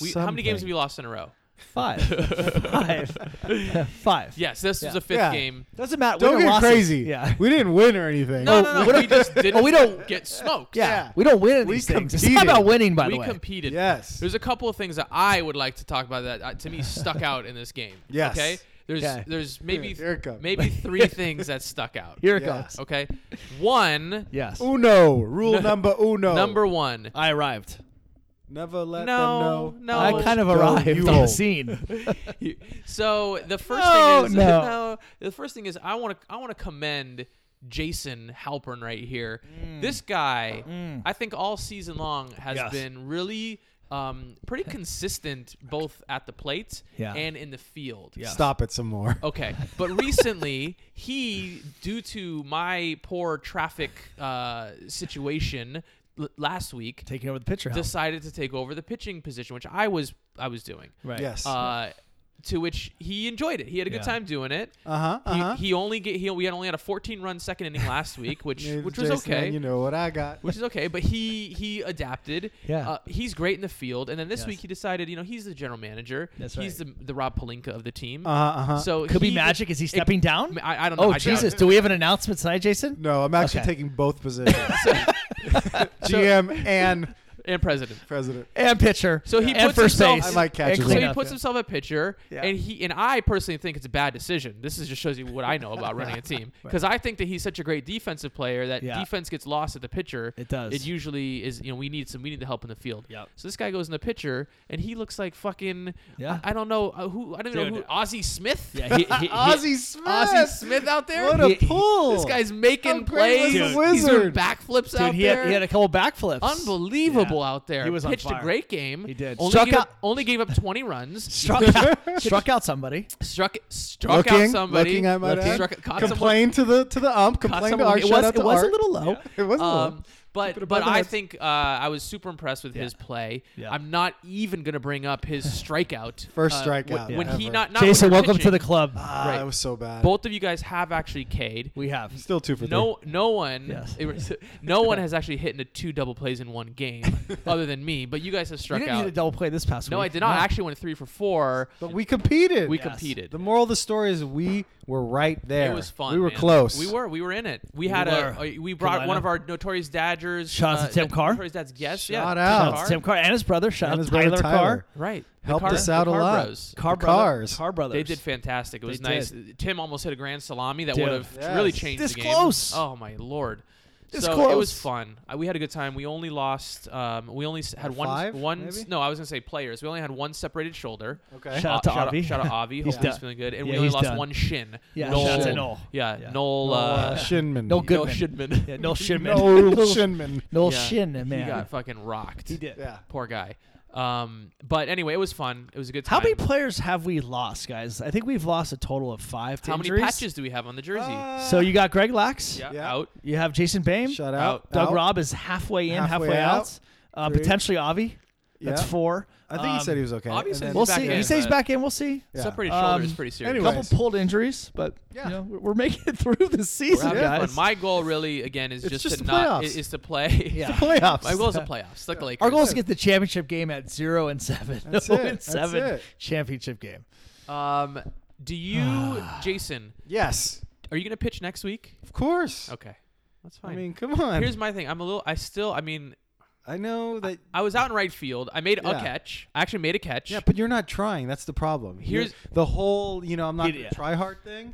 C: We, how many
A: Something.
C: games have we lost in a row?
B: Five. five. five.
C: Yes, this was
B: Yeah.
C: the fifth
A: Yeah.
C: game.
B: Doesn't matter. we
A: Don't get
B: losses.
A: crazy.
B: Yeah.
A: We didn't win or anything.
B: oh,
C: No, no, no. we just didn't.
B: we don't-
C: get smoked.
B: yeah.
A: Yeah.
B: We don't win at
A: We
B: these things. It's not
A: competed.
B: about winning, by
C: we
B: the way.
C: competed.
A: Yes.
C: There's a couple of things that I would like to talk about that uh, to me stuck out in this game.
A: Yes.
C: Okay. There's
B: Okay.
C: there's maybe
A: here it comes.
C: maybe three things that stuck out.
B: Here it
A: Yeah.
B: goes.
C: Okay. One.
B: Yes.
A: Uno. Rule number uno.
C: Number one.
B: I arrived.
A: Never let
C: No,
A: them know.
C: no.
B: I kind of
A: Go
B: arrived
A: you
B: on the
A: old.
B: scene.
C: So the first
B: No,
C: thing is
B: no.
C: The first thing is I want to I want to commend Jason Halpern right here. This guy, I think all season long has
B: Mm. Yes.
C: been really um, pretty consistent both at the plate
B: Yeah.
C: and in the field.
B: Yeah.
A: Stop it some more.
C: Okay, but recently he, due to my poor traffic uh, situation l- last week,
B: Taking over the pitcher. Hal.
C: decided to take over the pitching position, which I was I was doing.
B: right.
A: Yes. Uh
C: Uh, to which he enjoyed it. He had a good
B: Yeah.
C: time doing it.
A: huh.
C: He,
A: Uh huh.
C: he only get he we had only had a 14 run second inning last week, which which was
A: Jason,
C: okay,
A: You know what I got.
C: which is okay. But he he adapted.
B: Yeah.
C: uh, he's great in the field. And then this
B: Yes.
C: week he decided, you know, he's the general manager.
B: That's
C: he's the the Rob Palinka of the team.
A: Uh huh. Uh huh.
C: so
B: Could be
C: he-
B: magic. Is he stepping down?
C: I, I don't know.
B: Oh
C: I doubt
B: Jesus!
C: it.
B: Do we have an announcement tonight, Jason?
A: no, I'm actually
B: Okay.
A: taking both positions. GM and
C: and president.
A: President.
B: and pitcher.
C: So he
B: and
C: puts
B: first
C: himself-
B: base.
A: I like
B: and
A: catchers.
C: So
A: Clean
C: he
B: cleanup.
C: puts himself at pitcher,
B: Yeah.
C: and he and I personally think it's a bad decision. This is just shows you what I know about running a team because I think that he's such a great defensive player that
B: Yeah.
C: defense gets lost at the pitcher.
B: It does.
C: It usually is. You know, we need some. We need the help in the field.
B: Yep.
C: So this guy goes in the pitcher, and he looks like fucking.
B: Yeah.
C: I, I don't know uh, who. I don't even know who.
B: Dude.
C: Ozzie Smith.
B: Yeah, he- he- he-
A: Ozzie Smith.
C: Ozzie Smith out there.
A: What a
B: He- he-
A: pull.
C: this guy's
A: How
C: making
A: great
C: plays.
A: was the
C: He's doing
A: Wizard?
C: backflips
B: Dude,
C: out
B: he
C: there.
B: had, he had a couple backflips.
C: Unbelievable
B: Yeah.
C: out there.
B: He was on
C: pitched
B: fire.
C: a great game.
B: He did.
C: Only
B: Struck
C: gave,
B: out-
C: up, only gave up 20 runs.
B: Struck out, struck out somebody.
C: Struck struck
A: looking,
C: out somebody.
A: looking at my dad.
C: Struck, caught someone.
A: Complained to the to the ump. Complained to
C: someone-
A: our
C: it
B: It
A: shout
B: was,
A: out to
B: it was a
A: Art.
B: little low.
A: It was a little.
C: Um,
A: Keep it
C: but
A: above
C: but
A: the
C: I
A: nets.
C: think uh, I was super impressed with his play.
B: Yeah.
C: I'm not even gonna bring up his strikeout.
A: First
C: uh, when-
A: strikeout
C: when he
A: ever.
C: not, not when
B: Jason,
C: you're
B: welcome to
C: pitching. Uh,
B: the club.
A: Ah,
C: right.
A: it was so bad.
C: Both of you guys have actually K'd.
B: we have.
A: Still two for three.
C: No, no one,
B: Yes.
C: it was- no one has actually hit into two double plays in one game, other than me. But you guys have
B: You
C: struck
B: didn't
C: out.
B: need a double play this past
C: no,
B: week.
C: I did not. I actually went three for four.
A: but we competed.
C: We
B: Yes.
C: competed.
A: The moral of the story is we were right there.
C: It was fun.
A: We were
C: man.
A: close.
C: We were. We were in it. We
B: We
C: had a,
B: were.
C: a- We brought
B: Carolina.
C: one of our notorious dadgers.
B: Shout out to Tim Carr.
C: Notorious dad's guest.
A: Shout
C: yeah.
A: out.
B: Shout out to Tim Carr and his brother. Shout
A: And
B: out
A: his
B: to
A: brother
B: Tyler
A: Tyler.
B: Carr.
C: Right. The
A: Helped
C: Carr-
A: us out
C: the
A: a
C: Carr
A: lot.
C: Bros.
B: Carr
A: The
B: brother-
A: Cars.
B: Carr brothers.
C: They did fantastic. It was
B: They
C: nice.
B: did.
C: Tim almost hit a grand salami that
B: Dude.
C: would have
A: Yes.
C: really changed
B: This
C: the game.
B: close.
C: Oh my lord.
B: This
C: so it was
B: close.
C: fun. I- We had a good time. We only lost. Um, we only s- had one.
A: Five,
C: one.
A: maybe?
C: No, I was gonna say players. We only had one separated shoulder.
A: Okay.
B: Shout out
C: Uh,
B: to Avi.
C: Shout out Avi.
B: He's
C: He's
B: done.
C: feeling good. And
B: Yeah,
C: we only
B: he's
C: lost
B: done.
C: one shin.
B: Yeah,
C: Noel.
B: shout out to Noel.
C: Yeah,
B: Yeah.
C: Noel.
A: Noel, uh,
C: uh,
A: Shinman.
B: Noel
C: Noel
B: Goodman.
C: Shidman.
B: Yeah, Noel Shinman.
A: Noel Shinman.
B: Noel
C: Yeah.
B: Shin, man.
C: He got fucking rocked.
B: He did.
A: Yeah.
C: Poor guy. Um, but anyway, it was fun. It was a good time.
B: How many players have we lost, guys? I think we've lost a total of five. to
C: How many
B: injuries. Uh,
C: patches do we have on the jersey?
B: So you got Greg Lax.
C: yeah,
A: yeah.
C: out.
B: You have Jason Baim.
A: Uh, Shout out.
C: Out.
B: Doug
A: Out.
B: Robb is halfway in, halfway,
A: Halfway
B: out. Uh,
A: Three.
B: potentially Avi. That's
A: Yeah.
B: four.
A: I think he
B: Um,
A: said he was okay.
C: Avi said
A: And
C: he's
B: We'll
A: then-
C: back
B: see.
C: in,
B: he says he's
C: but-
B: back in. We'll see.
A: Yeah.
C: Separated shoulder is
B: Um,
C: pretty serious.
A: anyway.
B: couple
A: Anyways.
B: pulled injuries, but
A: Yeah.
B: you know, we're, we're making it through the season,
C: We're having
B: guys.
C: fun. My goal really again is
A: It's
C: just,
A: just
C: to
A: the
C: not
A: playoffs.
C: is, is to play.
B: Yeah.
A: The playoffs.
C: My goal is the playoffs. Like the Lakers.
B: Our goal is to get the championship game at zero and seven.
A: That's
B: No
A: it.
B: and
A: That's
B: seven
A: it.
B: championship game.
C: Um, do you, Jason?
A: Yes.
C: Are you gonna pitch next week?
A: Of course.
C: Okay, that's fine.
A: I mean, come on.
B: um,
C: Here's my thing. I'm a little. I still. I mean,
A: I know that.
C: I was out in right field. I made a
A: Yeah.
C: catch. I actually made a catch.
A: Yeah, but you're not trying. That's the problem. You're-
C: Here's-
A: the whole. You know, I'm not
B: Yeah.
A: gonna try hard thing.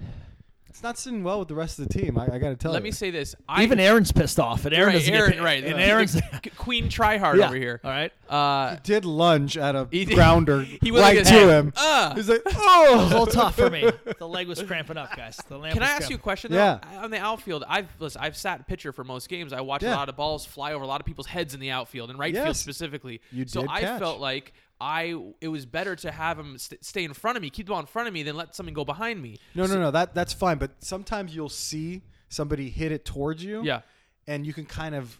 A: It's not sitting well with the rest of the team. I, I got to tell
C: Let
A: you.
C: me say this. I
B: Even Aaron's pissed off, and Aaron
C: right,
B: doesn't
C: Aaron,
B: get paid.
C: right,
B: And
C: the-
B: Aaron's
C: the Queen Tryhard
B: Yeah.
C: over here.
B: all right.
C: Uh,
A: did lunge at a
C: He did-
A: grounder
C: he went like
A: right
C: this,
A: to
C: "Hey,
A: him.
C: uh."
A: He's like,
B: It was a
A: oh.
B: little tough for me. The leg was cramping up, guys. The lamp
C: Can I
B: was
C: ask you a
B: cramping.
C: question? Though?
A: Yeah.
C: I- On the outfield, I've listen, I've sat pitcher for most games. I watch
A: Yeah.
C: a lot of balls fly over a lot of people's heads in the outfield and right field
A: Yes.
C: specifically.
A: You
C: so
A: did
C: I
A: catch.
C: felt like I it was better to have him st- stay in front of me, keep the ball in front of me, than let something go behind me.
A: No, no, no. That that's fine. But sometimes you'll see somebody hit it towards you.
C: Yeah.
A: And you can kind of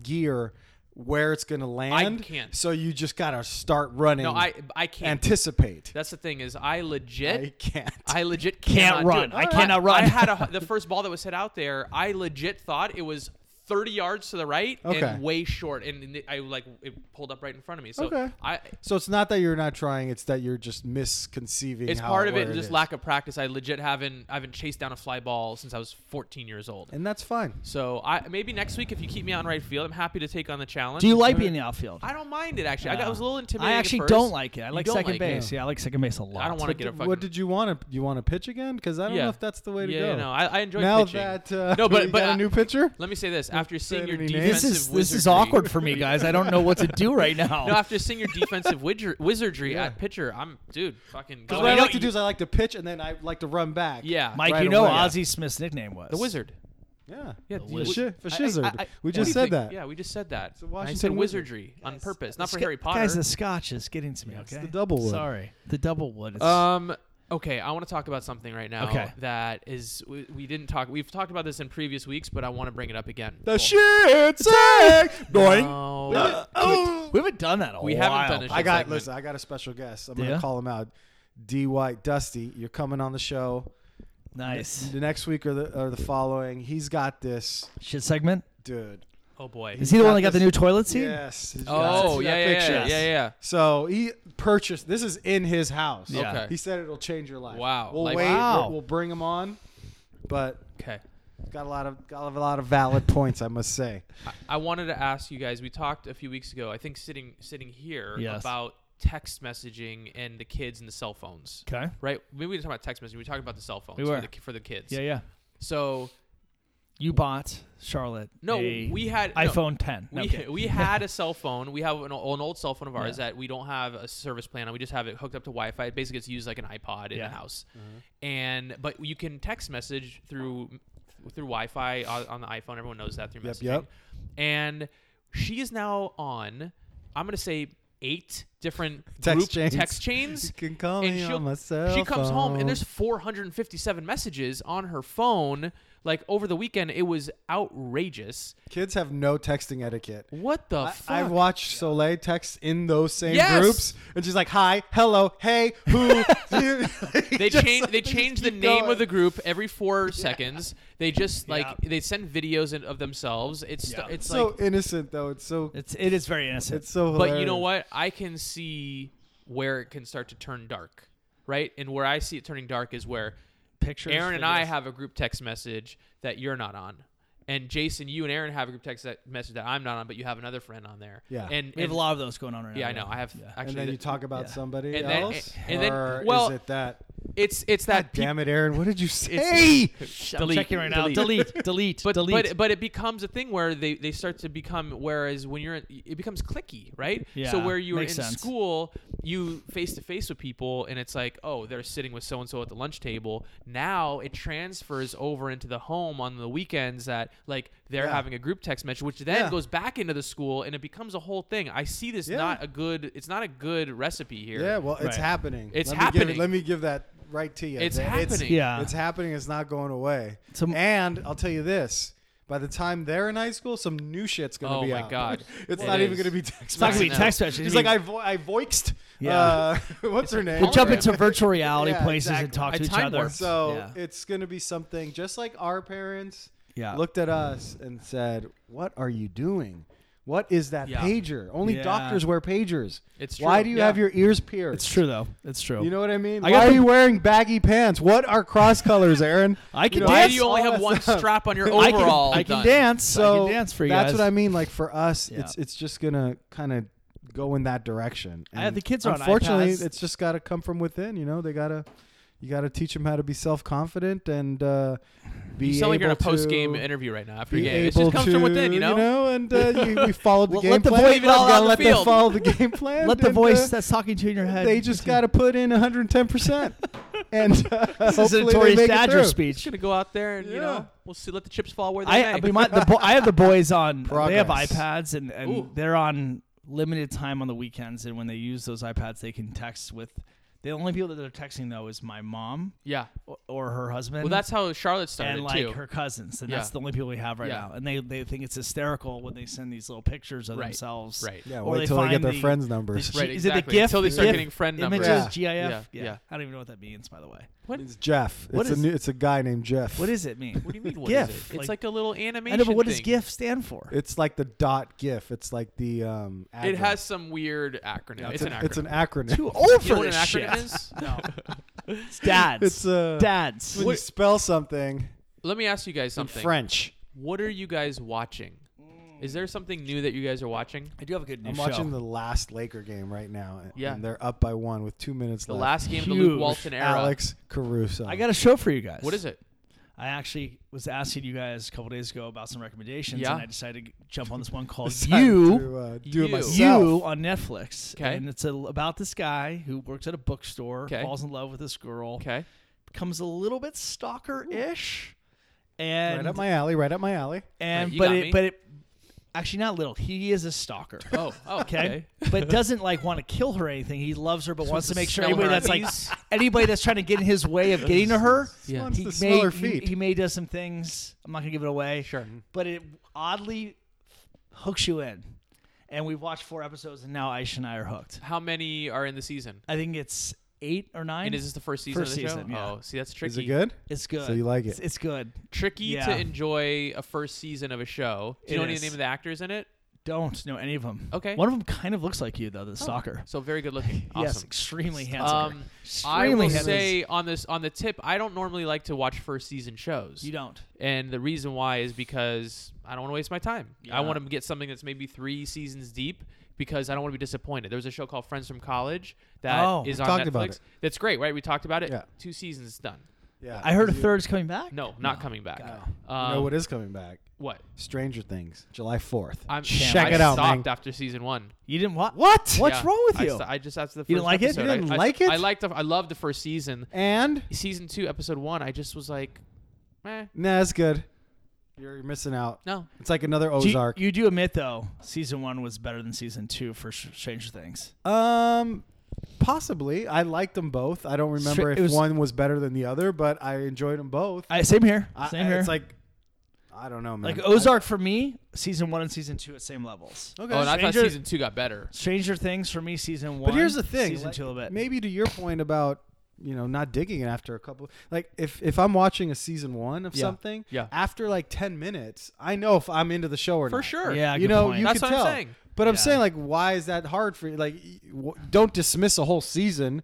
A: gear where it's going to land.
C: can't.
A: So you just got to start running.
B: Mm.
C: No, I I can't.
A: anticipate.
C: That's the thing is I legit
A: I can't.
C: I legit
B: Can't
C: cannot do
B: run.
C: it.
B: I cannot
C: I
B: run.
C: had a, the first ball that was hit out there. I legit thought it was 30 yards to the right
A: Okay.
C: and way short, and and I like it pulled up right in front of me. So
A: Okay.
C: I.
A: so it's not that you're not trying. It's that you're just misconceiving.
C: It's
A: how
C: part of
A: where
C: it, just
A: is.
C: lack of practice. I legit haven't I haven't chased down a fly ball since I was 14 years old.
A: And that's fine.
C: So I maybe next week if you keep me out in right field, I'm happy to take on the challenge.
B: Do you like being in the outfield?
C: I don't mind it actually. I, got, I was a little intimidated.
B: I
C: at
B: actually
C: first.
B: don't like it. I
C: You
B: like
C: don't
B: second
C: like it.
B: base. Yeah, I like second base a lot.
C: I don't want to get a fucking.
A: What did you want to? You want to pitch again? Because I don't
C: Yeah.
A: know if that's the way to
C: yeah,
A: go.
C: no, I, I enjoy
A: now
C: pitching.
A: that uh,
C: No, but-
A: we
C: but
A: got
C: I-
A: a new pitcher.
C: Let me say this: after seeing your
A: any names.
C: defensive
B: This is this is
C: wizardry-
B: awkward for me, guys. I don't know what to do right now.
C: No, after seeing your defensive widger- wizardry at pitcher, I'm dude, fucking.
A: Because
C: go.
A: what I
C: You know,
A: like to
C: you-
A: do is I like to pitch and then I like to run back.
C: Yeah,
B: Mike,
A: right
B: you know
A: away.
B: Ozzie Smith's nickname was
C: the wizard.
A: Yeah.
C: Yeah,
A: For,
C: the
A: shi-
C: wizard.
A: for
C: I- I-
A: shizzard.
C: I- I-
A: we
C: what do
A: just
C: you
A: said
C: think?
A: that.
C: Yeah, we just said that.
A: a
C: I
A: Washington
C: said
A: wizard.
C: wizardry on purpose, not for
B: Sc-
C: Harry Potter.
B: Guys, the scotch is getting to me.
A: It's
B: Okay,
A: the double wood.
B: Sorry, the double wood. Is,
C: Um. Okay, I want to talk about something right now
B: Okay.
C: that is we, we didn't talk. We've talked about this in previous weeks, but I want to bring it up again.
A: The
C: Cool.
A: shit's sick. Boing.
C: No.
A: Uh, oh.
B: we haven't done that. in A
C: We
B: while.
C: haven't done a shit
A: I got
C: segment.
A: listen. I got a special guest. I'm
B: Yeah?
A: gonna call him out. D White Dusty, you're coming on the show
B: Nice
A: the next week or the or the following. He's got this,
B: shit segment.
A: dude.
C: Oh boy.
B: Is he the one that
A: got
B: got the
A: this-
B: new toilet seat?
A: Yes. Did you guys
C: Oh
A: see
C: yeah
A: that
C: yeah,
A: picture?
C: yeah yeah yeah.
A: So he purchased. This is in his house.
B: Yeah.
C: Okay.
A: He said it'll change your life.
C: Wow.
A: We'll
C: Like-
A: wait.
B: Wow.
A: We'll, we'll bring him on, but
C: Okay.
A: Got a lot of got a lot of valid points, I must say.
C: I, I wanted to ask you guys. We talked a few weeks ago. I think sitting sitting here
B: Yes.
C: about text messaging and the kids and the cell phones.
B: Okay.
C: Right? Maybe we didn't talk about text messaging. We talked about the cell phones
B: We were.
C: For, the, for the kids.
B: Yeah, yeah.
C: So
B: You bought Charlotte.
C: no,
B: a
C: we had no,
B: iPhone 10. No,
C: we,
B: okay.
C: we had a cell phone. We have an, o- an old cell phone of ours
B: Yeah.
C: that we don't have a service plan on. We just have it hooked up to Wi-Fi. Basically, it's used like an iPod in
B: Yeah.
C: the house.
A: Mm-hmm.
C: And but you can text message through through Wi-Fi on, on the iPhone. Everyone knows that through
A: Yep,
C: messaging.
A: yep.
C: And she is now on. I'm gonna say eight different
A: Text
C: group
A: chains.
C: text chains.
A: can call
C: And she'll- She comes home and there's 457 messages on her phone. Like over the weekend, it was outrageous.
A: kids have no texting etiquette.
C: What the
A: I,
C: fuck?
A: I've watched Soleil text in those same
C: Yes.
A: groups, and she's like, "Hi, hello, hey, who?" they
C: they change they change the name of the group every four seconds. They just like
B: Yeah.
C: they send videos in, of themselves. It's
B: Yeah.
C: it's
A: so
C: like,
A: innocent though. It's so
B: It's it is very innocent.
A: it's so.
C: but you know
A: hilarious.
C: what? I can see where it can start to turn dark, right? And where I see it turning dark is where
B: Pictures.
C: Aaron and I
B: videos.
C: have a group text message that you're not on. And Jason, you and Aaron have a group text that message that I'm not on, but you have another friend on there.
A: Yeah.
C: and,
B: we have
C: and-
B: a lot of those going on right
C: yeah, I
B: now.
C: know. I have actually.
A: And then
C: the-
A: you talk about
B: yeah.
A: somebody
C: And then-
A: else,
C: and then-
A: or
C: well,
A: is it that?
C: It's it's that peop-
A: Damn it, Aaron! What did you
C: it's-
A: say?
B: I'm
C: Delete,
B: checking right now. Delete, delete,
C: But,
B: delete.
C: but but it becomes a thing where they, they start to become whereas when you're it becomes clicky right so
B: Yeah,
C: where you were in
B: makes sense.
C: school you face to face with people and it's like oh they're sitting with so and so at the lunch table now it transfers over into the home on the weekends that like they're
A: Yeah.
C: having a group text message which then
A: Yeah.
C: goes back into the school and it becomes a whole thing I see this
A: Yeah.
C: not a good it's not a good recipe here
A: Yeah, well, it's
B: Right.
A: happening.
C: It's
A: let Me give,
C: happening.
A: let me give that right to you.
C: It's
A: That
C: happening.
B: yeah.
A: It's happening. It's not going away.
B: Some-
A: and I'll tell you this: by the time they're in high school, some new shit's gonna
C: Oh
A: be
C: my
A: out.
C: God.
A: it's
C: It
A: not even
C: is.
A: gonna be text.
B: it's not gonna be
C: I know.
B: text message.
A: He's
B: It'll
A: like,
B: be-
A: I vo- I voixed.
B: Yeah.
A: Uh, what's her name?
B: we'll jump
C: hologram.
B: into virtual reality
A: Yeah,
B: places and
A: exactly.
B: talk
C: I
B: to each
C: time
B: other.
C: warped.
A: So
B: Yeah.
A: it's gonna be something just like our parents
B: Yeah.
A: looked at us and said, "What are you doing?" What is that
C: Yeah.
A: pager? Only
B: Yeah.
A: doctors wear pagers.
C: It's
A: Why
C: true.
A: do you
C: Yeah.
A: have your ears pierced?
B: it's true though. It's true.
A: You know what I mean?
B: I
A: Why
B: got
A: are
B: the-
A: you wearing baggy pants? What are cross colors, Aaron?
B: I can
A: You know,
C: why
B: dance.
C: do you only
A: all
C: have
A: that
C: one
A: stuff.
C: strap on your
B: I can-
C: overall
B: I can,
C: done?
B: dance.
A: So
B: I can dance for you
A: that's
B: guys.
A: what I mean. Like for us,
B: Yeah.
A: it's it's just gonna kind of go in that direction.
B: I- the kids are on
A: unfortunately,
B: iPads.
A: it's just got to come from within. You know, they gotta you gotta teach them how to be self confident and uh, be.
C: you sound like you're in a
A: able to
C: post game interview right now after
A: Be
C: your game. It
A: able
C: just comes from
A: to,
C: within, you know.
A: and uh, you, we followed the
B: Let-
A: game
B: let the
A: plan.
B: boy
C: leave it all
A: gotta
C: on the
A: let them
C: field.
A: follow the game plan.
B: Let the
A: and,
B: voice
A: uh,
B: that's talking to you in your head.
A: they just got to put in 110 percent, and uh,
B: This is a
A: hopefully they
B: Tory
A: make it
B: Badger
A: through.
C: Just
B: speech.
C: gonna go out there and
A: Yeah.
C: you know we'll see. Let the chips fall where they
B: I,
C: may.
B: but my, the bo- I have the boys on. They have
A: Progress.
B: iPads and, and
C: Ooh.
B: they're on limited time on the weekends. And when they use those iPads, they can text with. The only people that they're texting though is my mom
C: yeah.
B: or, or her husband.
C: Well, that's how Charlotte started
B: and like
C: too.
B: her cousins, and
C: Yeah.
B: that's the only people we have right
C: Yeah.
B: now. And they, they think it's hysterical when they send these little pictures of
C: Right.
B: themselves.
C: right.
A: Yeah,
B: Or
A: wait
B: they
A: till they get
B: find
A: their
B: the-
A: friends'
B: The
A: numbers.
B: G-
C: Right,
B: Is it the
C: exactly.
B: GIF?
C: Until they start
B: GIF
C: getting friend
B: images,
A: numbers.
B: GIF. Yeah.
C: Yeah, yeah.
B: I don't even know what that means, by the way.
A: It's Jeff.
B: What
A: it's
B: is-
A: a new, it's a guy named Jeff.
B: What does it mean?
C: What do you mean? What is
B: GIF?
C: it? It's like a little animation.
B: I know, but what does
C: thing.
B: GIF stand for?
A: It's like the dot GIF. It's like the um.
C: It
A: acronym.
C: has some weird acronym.
A: Yeah,
C: it's, an, acronym.
A: It's an acronym.
B: Too old
C: You
B: for
C: know what an
B: this shit.
C: acronym is? No.
B: It's dads.
A: It's uh,
B: dads.
A: when you spell something
C: Let me ask you guys
A: in
C: something.
A: French.
C: What are you guys watching? Is there something new that you guys are watching?
B: I do have a good news
A: I'm watching the last Laker game right now. and-
C: Yeah.
A: and they're up by one with two minutes
C: The
A: left.
C: last game of the Luke
B: Huge.
C: Walton era.
A: Alex Caruso.
B: I got a show for you guys.
C: What is it?
B: I actually was asking you guys a couple days ago about some recommendations,
C: Yeah.
B: and I decided to jump on this one called
A: It's time
B: You.
A: to, uh, do it
C: You.
A: myself.
B: You on Netflix,
C: 'Kay.
B: and it's a, about this guy who works at a bookstore,
C: 'Kay.
B: falls in love with this girl,
C: Okay.
B: becomes a little bit stalker-ish, and
A: right up my alley. Right up my alley.
B: and
C: Right, you
B: but
C: got
B: it
C: me.
B: but it actually not little. He is a stalker.
C: Oh. oh,
B: Okay.
C: okay.
B: but doesn't like want to kill her or anything. He loves her, but wants to
C: to
B: make sure
C: smell
B: anybody
C: her
B: that's like
C: knees.
B: anybody that's trying to get in his way of getting to her.
C: Yeah.
A: Wants
B: He
A: to smell
B: may,
A: her
B: he,
A: feet.
B: he may does some things. I'm not gonna give it away.
C: Sure.
B: But it oddly hooks you in. And we've watched four episodes and now Aisha and I are hooked.
C: How many are in the season?
B: I think it's eight or nine.
C: And is this the first season
B: First
C: of the show?
B: season, yeah.
C: Oh, see, that's tricky.
A: Is it good?
B: it's good.
A: So you like it.
B: It's, it's good.
C: tricky
B: Yeah.
C: to enjoy a first season of a show. Do you
B: It
C: know any
B: is.
C: of the name of the actors in it?
B: Don't know any of them.
C: Okay. Oh.
B: One of them kind of looks like you though, the stalker.
C: So very good looking. Awesome.
B: Yes, extremely handsome.
C: Um, I
B: extremely
C: will
B: handsome.
C: say on this on the tip, I don't normally like to watch first season shows,
B: you don't.
C: and the reason why is because I don't want to waste my time.
B: Yeah.
C: I want to get something that's maybe three seasons deep because I don't want to be disappointed. There was a show called Friends from College that is
B: Oh.
A: We
C: on
A: talked
C: Netflix.
A: about it.
C: That's great, right? We talked about it.
A: Yeah.
C: Two seasons done.
A: Yeah,
B: I heard a
A: you-
B: third's coming back.
C: No, not coming back.
B: God.
A: You
C: Um,
A: know what is coming back?
C: what?
A: Stranger Things, July fourth.
C: I'm,
B: Check
C: I
A: it out,
C: stopped
A: man.
C: after season one.
B: You didn't watch.
A: What?
B: What's
C: Yeah,
B: wrong with
C: I
B: you?
C: sto- I just after the first
B: You didn't like it? You
C: episode,
A: didn't
C: I, I-
A: like it?
C: I liked. The, I loved the first season.
A: And
C: Season two, episode one. I just was like, eh,
A: nah, that's good. You're missing out.
C: no.
A: It's like another
B: Do you-
A: Ozark.
B: You, do admit though, season one was better than season two for Sh- Stranger Things.
A: um, possibly. I liked them both. I don't remember
B: Stra-
A: if
B: it was-
A: one was better than the other, but I enjoyed them both.
B: I, same here.
A: I-
B: Same here.
A: It's like I don't know, man.
B: like Ozark for me, season one and season two at same levels.
A: I- okay.
C: Oh, and I thought
B: Stranger-
C: season two got better.
B: Stranger Things for me, season one.
A: But here's the thing,
B: season
A: like,
B: two a little bit.
A: maybe to your point about you know not digging it after a couple. Like if if I'm watching a season one of
B: Yeah.
A: something,
C: Yeah.
A: after like ten minutes, I know if I'm into the show or
C: For
A: not.
C: sure.
B: Yeah,
A: you
B: good
A: know,
B: point.
A: you
C: That's
A: could
C: what I'm
A: tell.
C: saying.
A: But I'm
B: Yeah.
A: saying, like, why is that hard for you? Like, y- w- don't dismiss a whole season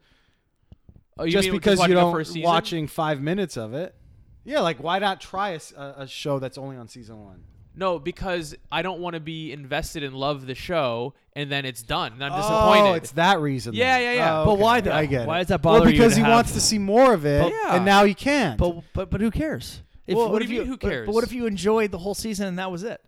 C: Oh, you
A: just
C: mean we're
A: because you
C: watching the
A: don't
C: first season?
A: watching five minutes of it. Yeah, like, why not try a, s- a- a show that's only on season one?
C: No, because I don't want to be invested and love the show, and then it's done. And I'm
A: Oh,
C: disappointed.
A: it's that reason.
C: Yeah,
A: then.
C: yeah, yeah.
A: Oh,
C: But
A: okay.
B: why though?
A: I get it.
B: Why does that
A: Well,
B: bother you
A: because
B: to
A: he
B: have-
A: wants to see more of it,
B: But-
A: and now he can't.
B: But but but who cares? If,
C: Well,
B: what
C: what
B: if
C: do you
B: you
C: mean who
B: but- But
C: cares?
B: what if you enjoyed the whole season and that was it?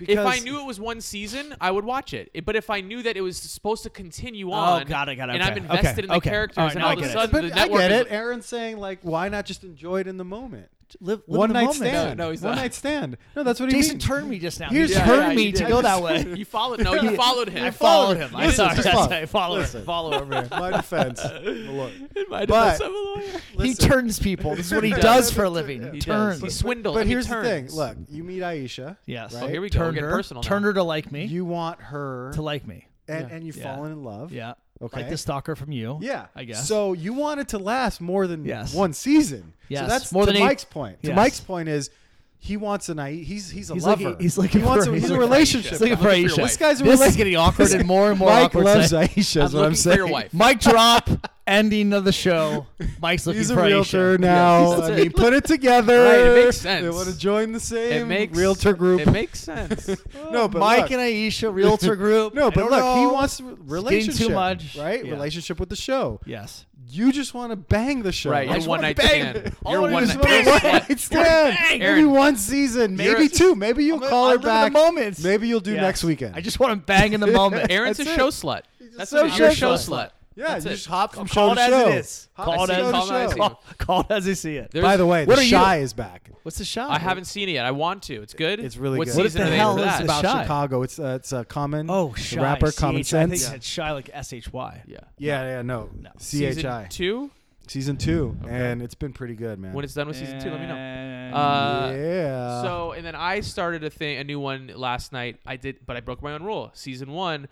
C: if I knew it was one season, I would watch it. It- But if I knew that it was supposed to continue on,
B: Oh, got it, got it,
C: and
B: okay,
C: I'm invested
B: okay,
C: in the
B: okay.
C: characters,
B: All right,
C: and
B: now
C: all
B: I
C: of a
B: get it.
C: sudden
A: but
C: the
A: I
C: network
A: get
C: is-
A: it. Aaron's saying like, why not just enjoy it in the moment?
B: Live, live
A: One
B: in the
A: night
B: moment.
A: stand.
C: No, no, he's
A: one
C: not.
A: night stand. No, that's what he
B: Jason
A: means.
B: turned me just now.
A: Here's
B: He
A: Yeah,
B: turned
A: yeah,
B: me
A: you
B: to
A: did.
B: go that way.
C: You followed? No, you followed him.
B: I followed him.
A: You
B: I'm sorry.
A: didn't.
B: That's
A: Follow.
B: right. Follow
A: Listen.
B: him. Follow over here.
A: My defense. Look.
C: In my
A: But-
C: defense, I'm a lawyer.
B: He
A: Listen.
B: turns people. This is what he
C: He
B: does
C: does.
B: for a living. He
C: He does.
B: turns.
C: He swindled.
A: But
C: and he
A: here's the thing.
C: turns.
A: Look, you meet Aisha.
B: Yes.
A: Right? Oh, here
C: we go. We're
B: Turned
C: getting
B: her-
C: personal
B: Turned
C: now.
B: her to like me.
A: You want her
B: to like me.
A: and,
B: yeah.
A: and you've
B: Yeah.
A: fallen in love.
B: Yeah. Like
A: Okay.
B: the stalker from you.
A: Yeah.
B: I guess.
A: So you want it to last more than
B: Yes.
A: one season.
B: Yes.
A: So that's
B: More
A: to
B: than eight-
A: Mike's point. To
B: Yes.
A: Mike's point is he wants a naive he's he's a
B: He's
A: lover.
B: looking- he's looking
A: he wants
B: for-
A: a, he's,
B: he's
A: a
B: looking for
A: relationship.
B: Aisha. Looking for
C: Looking for your
B: Aisha.
C: wife.
A: This guy's a
B: this is
A: relationship.
B: getting awkward and more and more
A: Mike
B: awkward.
A: loves
B: today.
A: Aisha is
C: I'm
A: what I'm
C: looking for
A: saying.
C: your wife.
B: Mic drop. Ending of the show. Mike's looking
A: He's a
B: for
A: realtor
B: Aisha.
A: now.
C: Yes,
A: I
C: that's
A: mean,
C: it.
A: put it together.
C: Right, it makes
A: They
C: sense.
A: want to join the same
C: It makes
A: realtor group.
C: It makes sense.
A: no, but
B: Mike
A: look.
B: and Aisha Realtor Group.
A: No,
B: I
A: but
B: don't
A: look, he
B: know.
A: wants relationship,
B: much.
A: right?
B: Yeah.
A: Relationship with the show.
B: Yes.
A: You just want to bang the show,
C: Right,
A: I
C: your
A: just
C: one
A: wanna
C: night
A: bang.
C: stand.
A: All
C: Your
A: I
C: one
A: just
C: night-
A: wanna
C: You're a
A: bang.
C: slut.
A: It's stand.
B: Bang.
A: Maybe
C: Aaron.
A: one season, maybe
C: You're-
A: two. Maybe you'll
B: I'm-
A: call
B: I
A: her
B: live in the
A: back.
B: moments.
A: Maybe you'll do
B: Yes.
A: next weekend.
B: I just want to bang in the moment.
C: Aaron's a
A: That's it.
C: show slut. That's
A: so
C: what you're a show
A: show
C: slut.
A: yeah,
C: That's
A: you
C: it.
A: just hop from
B: Call
A: show
B: it
A: to
B: as
A: show.
B: it is.
A: Hop
B: Call it
A: from show
B: as-
A: to
C: call it as
A: show.
C: it is.
B: Call, call it as they see it.
C: There's-
A: By the way,
B: What
A: the
B: are you-
A: shy is back.
B: What's the shot?
C: I haven't seen it yet. I want to. It's good.
A: It's really
C: what
A: good.
B: What
C: Season
B: the
C: are they in
B: hell
C: for
B: is
C: that?
B: this?
A: about
B: Shy?
A: Chicago? It's uh, it's a common
B: Oh,
A: the
B: shy.
A: rapper Common
B: CH, I think
A: Sense.
B: it's shy like S H Y.
C: Yeah.
A: Yeah, yeah, no,
B: No.
A: CHI
C: Season two.
A: season two, and it's been pretty good, man.
C: When it's done with season two, let me know.
B: And-
C: Uh,
A: yeah.
C: So and then I started a thing, a new one last night. I did, but I broke my own rule. Season one.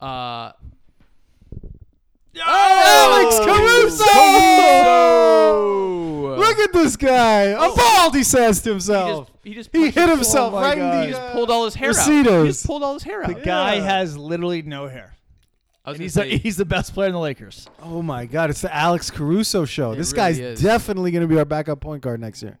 C: Uh,
A: Alex Caruso!
C: Caruso!
A: Look at this guy. A bald, he says to himself.
C: He just
A: He,
C: punched
A: hit
C: his-
A: himself
B: Oh my
A: right
B: God.
A: in
C: He
A: the
C: just pulled all his hair out. He
A: Receivers.
C: just pulled all his hair out.
B: The guy
A: Yeah.
B: has literally no hair.
C: I
B: And
C: was gonna
B: he's
C: say,
B: the, he's the best player in the Lakers.
A: Oh my God! It's the Alex Caruso show.
C: It
A: this
C: really
A: guy's
C: is.
A: definitely going to be our backup point guard next year.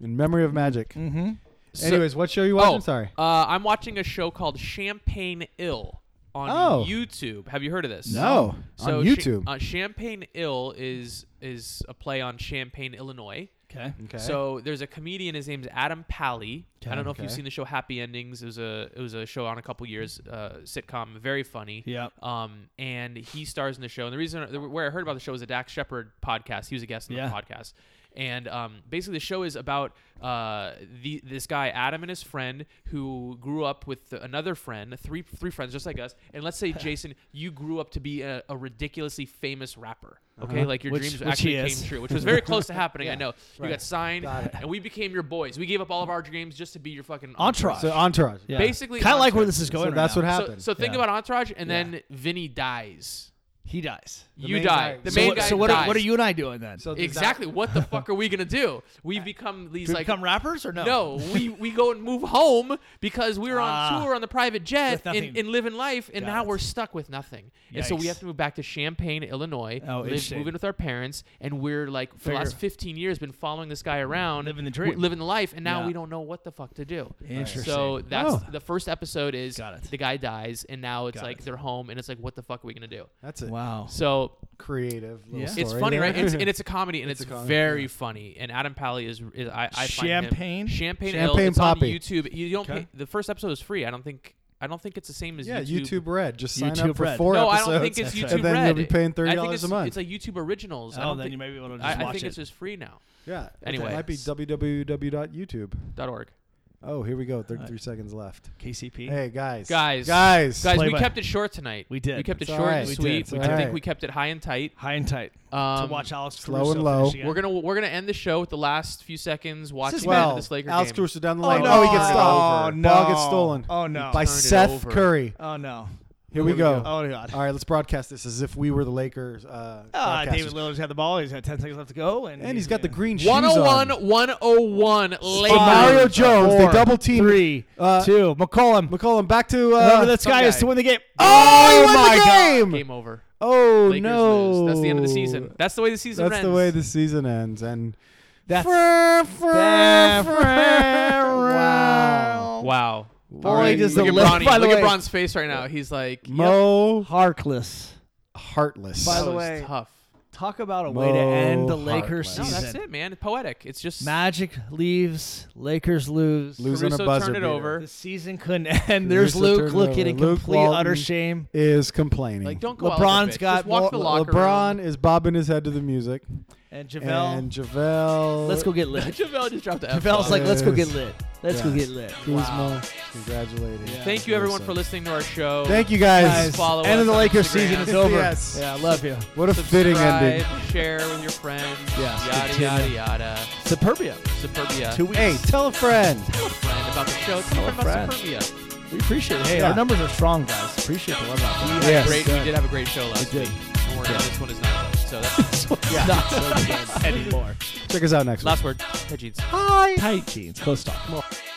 A: In memory of Magic.
B: Mm-hmm.
C: so-
A: Anyways, what show are you watching? Sorry.
C: Uh, I'm watching a show called Champagne Ill on
A: Oh.
C: YouTube. Have you heard of this?
A: No,
C: So
A: on
C: Cha-
A: YouTube.
C: uh, Champagne Ill is is a play on Champagne, Illinois.
B: Okay.
A: okay.
C: So there's a comedian. His name's Adam Pally. I don't know if you've
A: Okay.
C: seen the show Happy Endings. It was a it was a show on a couple years uh, sitcom. Very funny.
B: Yep.
C: Um, and he stars in the show. And the reason the- where I heard about the show was a Dax Shepard podcast. He was a guest on
B: Yeah.
C: the podcast. And um, basically, the show is about uh, the, this guy Adam and his friend who grew up with another friend, three three friends just like us. And let's say Jason, you grew up to be a, a ridiculously famous rapper. Okay,
A: Uh-huh.
C: like your
B: Which-
C: dreams
B: which he
C: actually came
B: is.
C: true, which was very close to happening. I
A: Yeah.
C: know you
A: Right.
C: got signed,
A: Got it.
C: and we became your boys. We gave up all of our dreams just to be your fucking
B: Entourage.
A: So Entourage.
B: Yeah.
C: Basically,
B: kind of like
C: Entourage.
B: where this is
A: So
B: going. right
A: that's
B: now.
A: what
C: So,
A: happened.
C: so think
B: Yeah.
C: about Entourage, and then Vinny dies.
B: He dies.
A: The
C: you
A: main
C: die.
A: guy-
C: The
B: so
C: main
B: what,
C: guy
B: so what,
C: dies.
B: Are, what are you and I doing then?
A: So does that-
C: exactly? What the fuck are we gonna do? We become these
B: Do we
C: like
B: become rappers or no?
C: No, we, we go and move home because we were on
B: Ah.
C: tour on the private jet
B: With nothing.
C: and, and living life, and
B: Got
C: now
B: it.
C: we're stuck with nothing. And so we
B: Yikes.
C: have to move back to Champaign, Illinois,
B: Oh,
C: live,
B: interesting.
C: move in with our parents, and we're like for the
B: Figure-
C: last 15 years been following this guy around,
B: Living the
C: w-
B: dream.
C: living the life, and now
B: Yeah.
C: we don't know what the fuck to do.
B: Interesting.
C: So that's
B: Oh.
C: the first episode is
B: Got it.
C: the guy dies, and now it's
B: Got
C: like
B: it.
C: they're home, and it's like what the fuck are we gonna do?
A: That's a
B: wow.
C: So
A: creative little
B: Yeah.
A: story.
C: it's funny,
A: there.
C: right? It's, and it's a comedy, and
A: It's
C: it's,
A: a comedy,
C: very
A: yeah.
C: funny. And Adam Pally is, is I, I find
B: Champagne?
C: him, Champagne,
A: Champagne
C: Ill, it's
A: Poppy.
C: on YouTube. You don't
B: Okay.
C: pay, the first episode is free. I don't think I don't think it's the same as
A: yeah,
C: YouTube.
A: YouTube Red. Just sign
B: YouTube
A: up for
B: Red.
A: four
C: no,
A: episodes.
C: I don't think
B: That's
C: it's
B: right.
C: YouTube
A: And then
C: Red.
A: you'll be paying
C: I think
A: $30
C: it's-
A: a month.
C: It's like YouTube Originals. I
B: Oh,
C: don't
B: then
C: think,
B: you may be able to just
C: I, I
B: watch
C: think
B: it.
C: it's just free now.
A: yeah.
C: Anyway.
A: it might be www.youtube.
C: Dot org.
A: Oh, here we go.
B: All
A: 33
B: right.
A: seconds left.
B: KCP.
A: Hey guys,
C: Guys.
A: guys,
C: Guys,
B: play
C: we
B: by-
C: kept it short tonight.
B: We did.
C: We kept it
A: It's
C: short
A: alright.
C: and
A: We
B: did.
C: sweet.
A: It's
C: We- I think
A: alright.
C: we kept it high and tight.
B: High and tight.
C: Um,
B: to watch Alex
A: slow
B: Caruso
A: and low.
B: finish again.
C: We're gonna we're gonna end the show with the last few seconds watching the end of
A: Well,
C: this Laker
A: Alex
C: game.
A: Caruso down the
B: Oh,
A: line.
B: no.
A: he gets
B: Oh,
A: stolen.
B: no.
A: Ball gets stolen
B: Oh, no.
A: by
C: Turned it
A: Seth
C: over.
A: Curry.
B: Oh no.
A: Here we go.
B: Oh god.
A: All right, let's broadcast this as if we were the Lakers. Uh,
B: Ah,
A: broadcasters.
B: David Lillard's had the ball. He's got 10 seconds left to go, and,
A: and he's got the
B: gonna-
A: green shoes on.
C: 101 101
A: So Mario
B: Five,
A: Jones.
B: four,
A: they double team
B: three,
A: uh,
B: two. McCollum.
A: McCollum back to. Uh,
B: Remember, this
C: some
B: guy is
C: guy.
B: to win the game.
A: Oh, he won
B: my
A: the
B: god.
A: game.
C: Game over.
A: Oh
C: Lakers
A: no!
C: lose. That's the end of the season. That's the way the season
A: That's
C: ends.
A: the way the season ends, and
B: That's-
A: Fra- fra-
B: Fra-
A: fra-
B: Wow.
C: Wow.
A: Boy, does
C: look
A: the
C: at
A: left-
C: Bronny.
B: by the
C: Look
B: way.
C: at Bron's face right now. He's like,
A: Mo
B: Harkless.
A: Heartless.
B: By
C: that
B: the
C: was
B: way-
C: tough.
B: Talk about a
A: Mo
B: way to end the
A: Harkless.
B: Lakers season.
C: No,
A: Jesus.
C: that's it, man. It's poetic. It's just
B: Magic leaves. Lakers lose.
A: Lose on a
C: Caruso
A: buzzer
C: turned it
A: beater.
C: over.
B: The season couldn't end. There's
A: Caruso
B: Luke
A: turned it
B: looking
A: over.
B: in
A: Luke
B: complete
A: Walton.
B: utter shame.
A: is complaining.
C: Like, don't go out.
B: LeBron's
C: With it.
B: got
C: just walk
B: more-
C: the locker
A: LeBron
C: room.
A: is bobbing his head to the music,
B: And Javale,
A: and Javale.
B: let's go get lit.
C: JaVale just dropped the F.
B: Javelle's like, let's go get
A: Yes.
B: lit. Let's go
A: Yes.
B: get lit.
A: Kuzma, congratulating.
B: Yeah.
C: Thank you, everyone, for listening to our show.
A: Thank you guys.
B: Guys,
C: Follow
B: end of
C: us
B: the
C: on
B: Lakers
C: Instagram.
B: season is over.
A: Yes.
B: Yeah, I love you.
A: What a
C: Subscribe,
A: fitting ending.
C: Share with your friends.
B: Yes,
C: Yada, yada,
B: continue.
C: yada.
B: Superbia.
C: Superbia.
B: Two weeks.
A: Hey, tell a friend.
C: Tell a friend about the
B: Tell
C: show. Tell
B: a
C: a friend about
B: friend.
C: Superbia.
B: we appreciate it. Hey,
A: Yeah.
B: our numbers are strong, guys. Appreciate the love out there.
C: We, had
A: Yes.
C: great, we did have a great show last
B: We did.
C: week. Don't worry,
B: Yeah.
C: this one is not. good. So that's
B: This one's not so good anymore.
A: Check us out next week.
C: last word. Head jeans.
B: Tight jeans. Close talk.